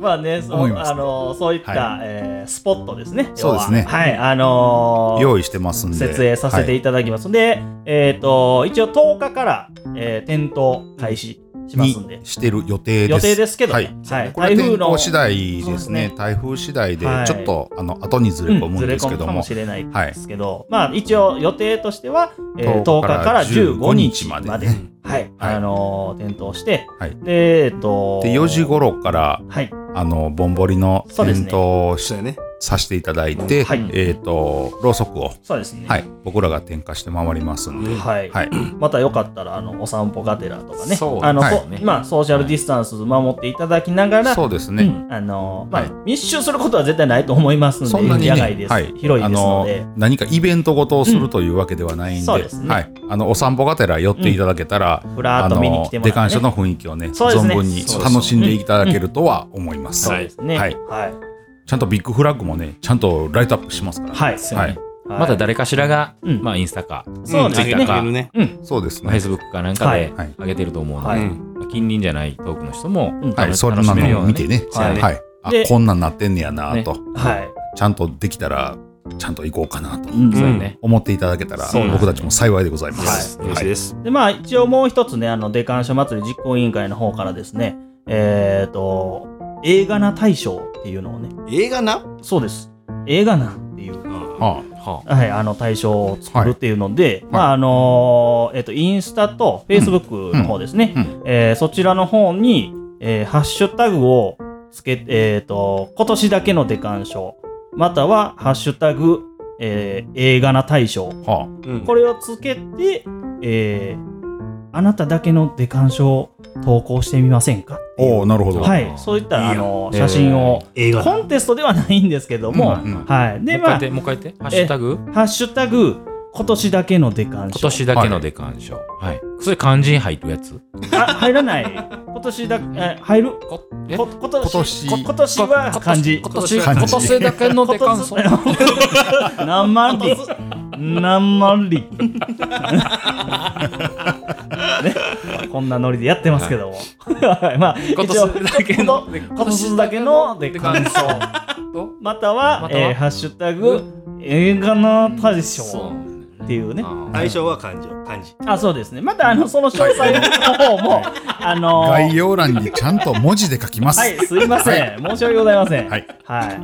S2: まあね、そ、
S1: 思いうます
S2: あのー、そういった、
S1: は
S2: えースポットですね。
S1: そうですね
S2: 要ははい、あのー
S1: 用意してますんで。
S2: 設営させ
S1: は
S2: て
S1: い
S2: いただきます。で、えっ、と、一応10日から、えー、点灯開始しますんで
S1: に、してる予定です。
S2: 予定ですけど
S1: は
S2: ね、
S1: い。
S2: はい
S1: これ
S2: 台風
S1: 天
S2: の
S1: 候次第ですね。
S2: そ
S1: 台風次第で
S2: はい
S1: ちょっと、あの後にずれ込むんですけど
S2: ずれ込むか
S1: も、
S2: もしれないですけど、まあ一応予定としては、え
S1: 10
S2: ー、10
S1: 日
S2: 日
S1: か
S2: からら
S1: 15
S2: 15
S1: 日
S2: 日
S1: ま
S2: ま
S1: で
S2: で、
S1: ね
S2: はい、
S1: はい
S2: あのー、点灯して、
S1: はい
S2: で、えっ、と
S1: で4時頃から
S2: はい、
S1: あのぼんぼりの
S2: そうです
S1: 点
S2: ね
S1: 灯をし
S5: そうやね
S1: させていただいて、
S2: はい
S1: えっ、とろうそくを、
S2: そうですね。
S1: はい、僕らが点火して回りますんで、
S2: はい
S1: はい、
S2: またよかったらあのお散歩がてらとかね
S4: そう
S2: あの、
S1: はい
S2: こまあ、ソーシャルディスタンス守っていただきながら、
S1: そうですね。
S2: うんあのまあ
S1: はい
S2: 密集することは絶対ないと思いますので
S1: そんなに、ね、
S2: 野外です、
S1: はい、
S2: 広いですので
S1: あの何かイベントごとをするというわけではないん
S2: うん
S1: で、
S2: そうですね
S1: はい、あのお散歩がてら寄っていただけたら、
S2: ふらー
S1: あ
S2: っと
S1: の
S2: 見に来ても
S1: 出鑑
S2: らって、
S1: 賞
S2: ね、
S1: の雰囲気をね
S2: そうですね
S1: 存分に
S2: そう
S5: そう
S1: 楽しんでいただけるとは思います、
S2: そうですね
S1: はい
S2: はい、
S1: ちゃんとビッグフラッグもねちゃんとライトアップしますから、
S2: はい
S1: は
S4: はいい。まだ誰かしらが、
S2: うん
S4: まあインスタか、
S2: そうですね
S4: うん Twitter か
S5: あげるね
S1: そうです
S4: フェイ
S1: ね
S4: スブックかなんかで
S1: はい
S4: 上げてると思うので、
S2: はい
S4: まあ近隣じゃない遠くの人も、
S2: ん
S1: はい、
S4: 楽
S1: そんな
S4: 楽しめる
S1: の
S4: よう
S1: を
S4: な
S1: 見て
S4: ね。
S1: ね
S5: そうやね
S1: はい、あ
S2: で
S1: こんなんなってんねやなと、
S2: はい、
S1: ちゃんとできたらちゃんと行こうかなと
S2: うん
S4: そうやね。
S1: 思っていただけたら、
S4: そうなんです
S1: 僕たちも幸いでございます、
S5: 嬉しいです
S2: でまあ一応もう一つねあの出鑑賞祭り実行委員会の方からですねえっ、と映画な大賞っていうのをね
S5: 映画な
S2: そうです映画なっていう
S1: は
S4: は
S2: はい、あの対象を作るっていうので、
S1: い
S2: まああのーえっとインスタとフェイスブックの方ですね、
S1: うんう
S2: えーそちらの方に、えーハッシュタグをつけて、えっと今年だけの出鑑賞または「ハッシュタグ、えー映画な大賞
S1: あは」
S2: これをつけて、えーあなただけの出鑑賞を投稿してみませんか
S1: あ、おおなるほど、
S2: はい、そういった
S5: いいよ
S2: あの写真を、
S5: 映画
S2: コンテストではないんですけども、
S1: うんうん
S2: はい、
S4: で、
S2: で
S4: もう一
S2: ま
S4: 回
S2: あ
S4: 言って、もう一回言って、ハッシュタグ
S2: ハッシュタグ、今年だけの出鑑賞。
S4: 今年だけので鑑賞。はい。それ肝心入ってるやつ
S2: あ、入らない。今年だけ、え入る
S4: こえ
S2: こ今年
S1: 今年
S2: こ今年は漢字。
S4: 今年、
S1: 漢字
S4: 今年だけので
S2: 今
S4: 鑑賞。
S2: 年何万里何万里ね、こんなノリでやってますけども。はい、まあ、一応
S4: 今年だけの
S2: こと今年だけの出鑑賞。
S4: と、
S2: または、
S4: または
S2: えーハッシュタグ、映画の大賞っていうね。
S5: 対象は漢字漢字
S2: あ、そうですね。また、あの、その詳細の方も、あのー
S1: 概要欄にちゃんと文字で書きます、
S2: はい、すいません。申し訳ございません。
S1: は
S2: はいい。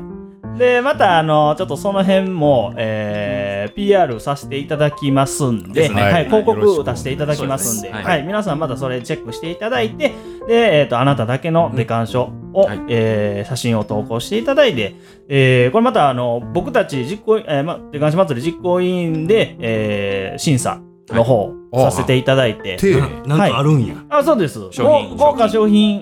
S2: で、また、あの、ちょっとその辺も、えー、PR させていただきますんで、
S1: ですね
S2: はい、
S1: はい
S2: 広告出していただきますんで、
S4: よろしくお願
S2: はい、
S4: いします
S2: 皆さんまたそれチェックしていただいて、で、えっ、と、あなただけの出鑑賞を、
S4: はい
S2: えー写真を投稿していただいて、えーこれまた、あの、僕たち実行、えーま、出鑑賞祭り実行委員で、えー審査の方を
S1: はい
S2: させていただいて、
S1: 手
S5: ななんかあるんや
S2: あ、そうです。
S4: 商品
S2: ご豪華
S4: 商
S2: 商品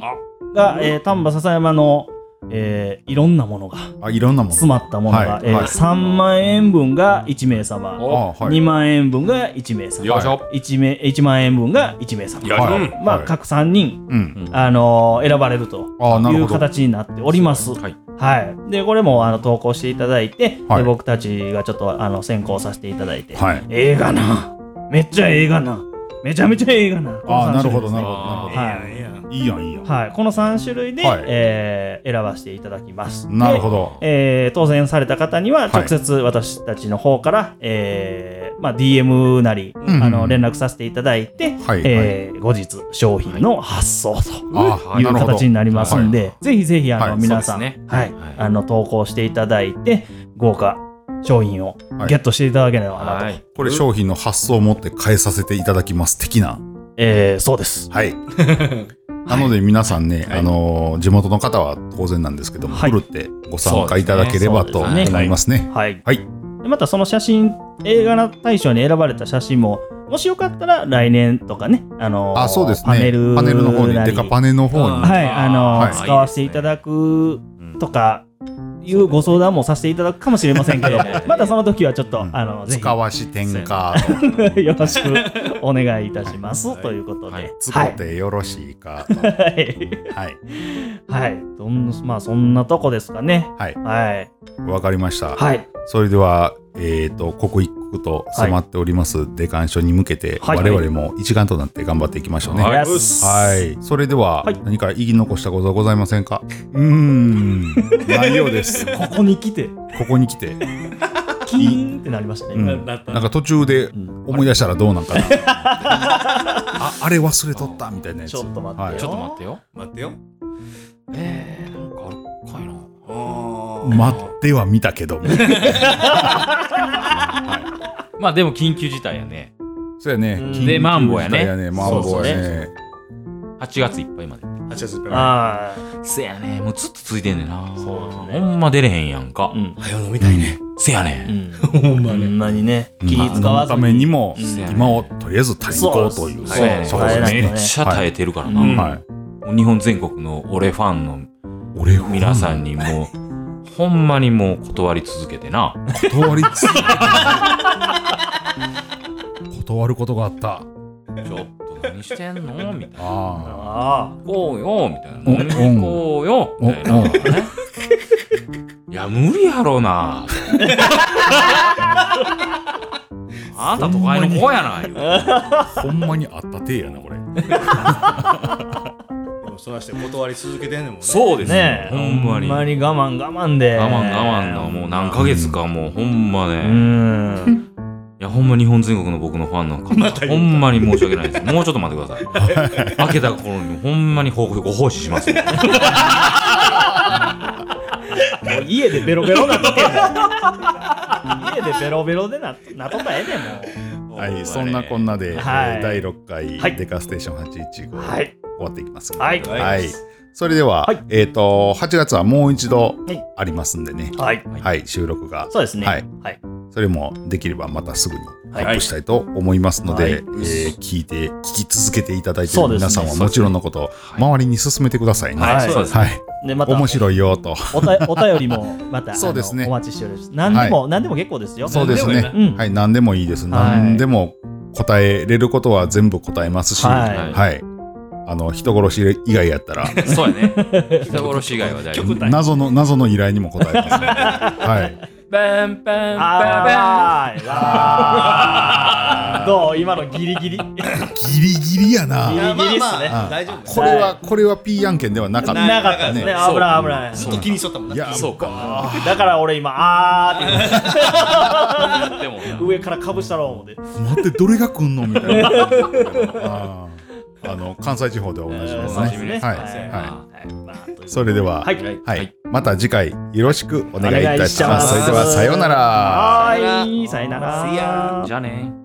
S2: が、えー、丹波篠山の、えーいろんなものが、
S1: あいろんなもの
S2: 詰まったものが、
S1: はい
S2: えー
S1: はい
S2: 3万円分が1名様、
S4: お
S1: あはい
S2: 2万円分が1名様、
S4: よいしょ。
S2: 1, 名1万円分が1名様。
S1: はい
S5: うん
S2: まあ、
S1: はい
S2: 各3人、
S1: うん
S2: あのー選ばれると
S1: あないるほ
S2: う
S1: ど
S2: 形になっております。
S4: はい。
S2: はい、でこれもあの投稿していただいて、
S1: はい
S2: で僕たちがちょっとあの先行させていただいて、
S1: はい
S2: 映画なめっちゃ映画なめちゃめちゃ映画なこの
S1: ああ
S2: 三
S1: なるほ
S2: 種類で
S1: ど
S2: すね
S1: なるほどなるほど
S2: はい
S5: ええやんえ
S1: いいやんいいやん、
S2: はい、この3種類で、
S1: はい
S2: えー選ばせていただきます。
S1: なるほ
S2: ど。
S1: ど
S2: えー当選された方には、
S1: い
S2: 直接私たちの方から、えーまあ、DM なり、
S1: ん
S2: あの連絡させていただいて、
S1: はい
S2: えー後日、商品の発送と
S1: あ
S4: はい
S2: いう形になりますんで、
S4: はい
S2: ぜひぜひあの、
S1: はい
S2: 皆さん、
S4: そうですね
S2: はい
S4: はい
S2: あの投稿していただいて、豪華商品をゲットしていただければなと、
S4: はい。
S1: これ商品の発送を持って変えさせていただきます的な
S2: えーそうです。
S1: はい なので皆さんね、あのー地元の方は当然なんですけども、
S2: はい
S1: ふるってご参加いただければと
S2: そう
S1: 思
S2: ですね
S1: いますね
S2: はい
S1: はい
S2: でまたその写真映画の大賞に選ばれた写真ももしよかったら来年とかね、あのー
S1: あ、そうです
S2: パネ
S1: ね
S2: ル。
S1: パネルの方に、
S2: なり
S1: デカパネの方に。
S2: はい、あのー
S1: はい
S2: 使わせていただくとかいうご相談もさせていただくかもしれませんけど、 またその時はちょっと、
S1: うん
S2: あのぜ
S1: 使わし転かと。
S2: ひ よろしくお願いいたします、ということで、
S4: はい
S1: 使ってよろしいかと。
S2: はい、
S1: はい。
S2: はい、どんまあそんなとこですかね。
S1: はい。
S2: はい、
S1: わかりました。
S2: はい、
S1: それでは、えっと、刻一刻と迫っております、デカン賞に向けて、
S2: はい
S1: 我々も一丸となって頑張っていきましょうね。
S4: はい
S2: よし
S1: はい。それでは、
S2: はい
S1: 何か言い残したことはございません かうーん。ないようです。こ
S2: ここに来て
S1: ここに来て。
S2: キーンってなりましたね。
S1: うん
S3: なった
S1: なんか途中で思い出したらどうなんかな。 ああれ忘れとったみたいなやつ。
S2: ちょっと待って
S4: ちょ
S2: よ
S4: っと待ってよ。
S3: 待ってよ
S4: えー、なんかあるかいな。
S3: あ
S1: はい待っては見たけ ど。
S4: まあでも緊急事態やね。
S1: そうやね。緊急
S4: でマンボやね
S1: 事態マンボや
S2: そう
S1: ね。
S4: 8月いっぱいまで。
S3: 8月いっぱいあ
S2: あ
S4: せやね、もうずっとついてんねんな。
S2: そうですね
S4: ほんま出れへんやん
S2: あ、
S4: か。
S2: うん、
S3: よ飲みたいね
S4: せや
S2: う
S4: ね、
S2: ん、
S3: ほん
S2: こ
S3: まね
S2: んなにね気
S1: まあ
S2: 使
S1: そ
S2: わ
S1: の
S2: ず
S1: ためにも、
S4: せやねん。
S1: 今をとりあえず耐えに行こうという。
S2: そうです
S1: そ
S2: そうう
S1: で
S2: ですす
S1: ね。
S4: めっちゃ耐えてるからな。
S3: はい
S1: はい。
S4: もう日本全国の俺ファンの
S1: 俺を
S4: 皆さんにもう、ほんまにもう断り続けてな。
S1: 断りつ断ることがあった。
S4: ちょっと何してんのみたいな。
S1: あ
S2: あ
S4: 行こうよみたいな。飲みに行こうよみたいな。
S1: うん
S4: ねいや、無理やろ な。あんた都会の子やな。言うて
S1: あ。ほんまにあったてやな、これ。
S3: でもそうして断り続けてんねんもんね
S4: そうで
S2: あ
S4: すね
S2: ね。
S4: ほんまに。
S2: 我
S4: 我
S2: 慢我慢で
S4: 慢我慢のもう何ヶ月かもうほんま
S2: う
S4: ね。
S2: ん
S4: いや、ほんま日本全国の僕のファンの方、ほんまに申し訳ないです。もうちょっと待ってくださ い。開けた頃にほんまに報告ご奉仕しますよ。
S2: もう家でベロベロなっとけもう家でベロベロでななっとったらええねんも
S1: はい、そんなこん
S4: な。
S1: なで、
S2: はい
S1: えー第6回、
S2: はい
S1: デカステーション815、
S2: うは
S1: 終
S2: い
S1: わっていきますので
S2: はい
S1: はいそれでは、
S2: はい
S1: えっ、と8月はもう一度
S2: はい
S1: ありますんでね、
S2: はい
S1: はい収録が
S2: そうですね
S1: はい
S2: はい
S1: それもできればまたすぐにア
S2: はい
S1: ップしたいと思いますので、
S2: はい
S1: えー聞いて聞き続けていただいてい
S2: そ
S1: る
S2: うですね
S1: 皆さんはもちろんのこと、周りに勧めてくださいね。
S2: はい
S4: はい、そうです。
S1: はい、
S2: でまた
S1: 面白いよと。
S2: おたお便りもま た
S1: そうですね
S2: あのお待ちしております何でも、何でも結構ですよ
S1: そうですね
S3: 何。
S2: でもいいなうん
S1: はい、何でもいいです。
S2: はい
S1: 何でも答えれることは全部答えますし、
S2: はい
S1: はい、あの人殺し以外やった ら。
S4: そうやね。人殺し以外は大丈夫。
S1: 謎の謎の依頼にも答えますの で、はい、
S4: バンバンバン
S2: あ ーわーどう今のギリギ
S1: ギ
S2: リ
S1: リギリやな
S2: ギリギ
S3: あまあ
S2: リっす
S3: ま
S2: ね
S3: あ大丈夫
S1: これはこれは P 案件ではなかった
S2: なかったです
S1: ね
S2: ね危ない危ない
S3: ずっと気にしとったもん
S1: いや
S3: な
S1: そうか
S2: だから俺今あーって
S4: バン。でもな
S2: 言う上からかぶしたろう思って
S1: 待ってどれが来んのみたいなあー あの関西地方では同じです
S4: おな
S1: ね
S4: じみですね
S1: はい
S2: は
S1: は
S2: いはいまあということで
S1: それでは、は
S2: はいい
S1: また次回よろしくお願いいたします
S2: お願い
S1: それで
S2: します
S1: はさようなら
S2: はーい、さよなら。
S4: じゃあね。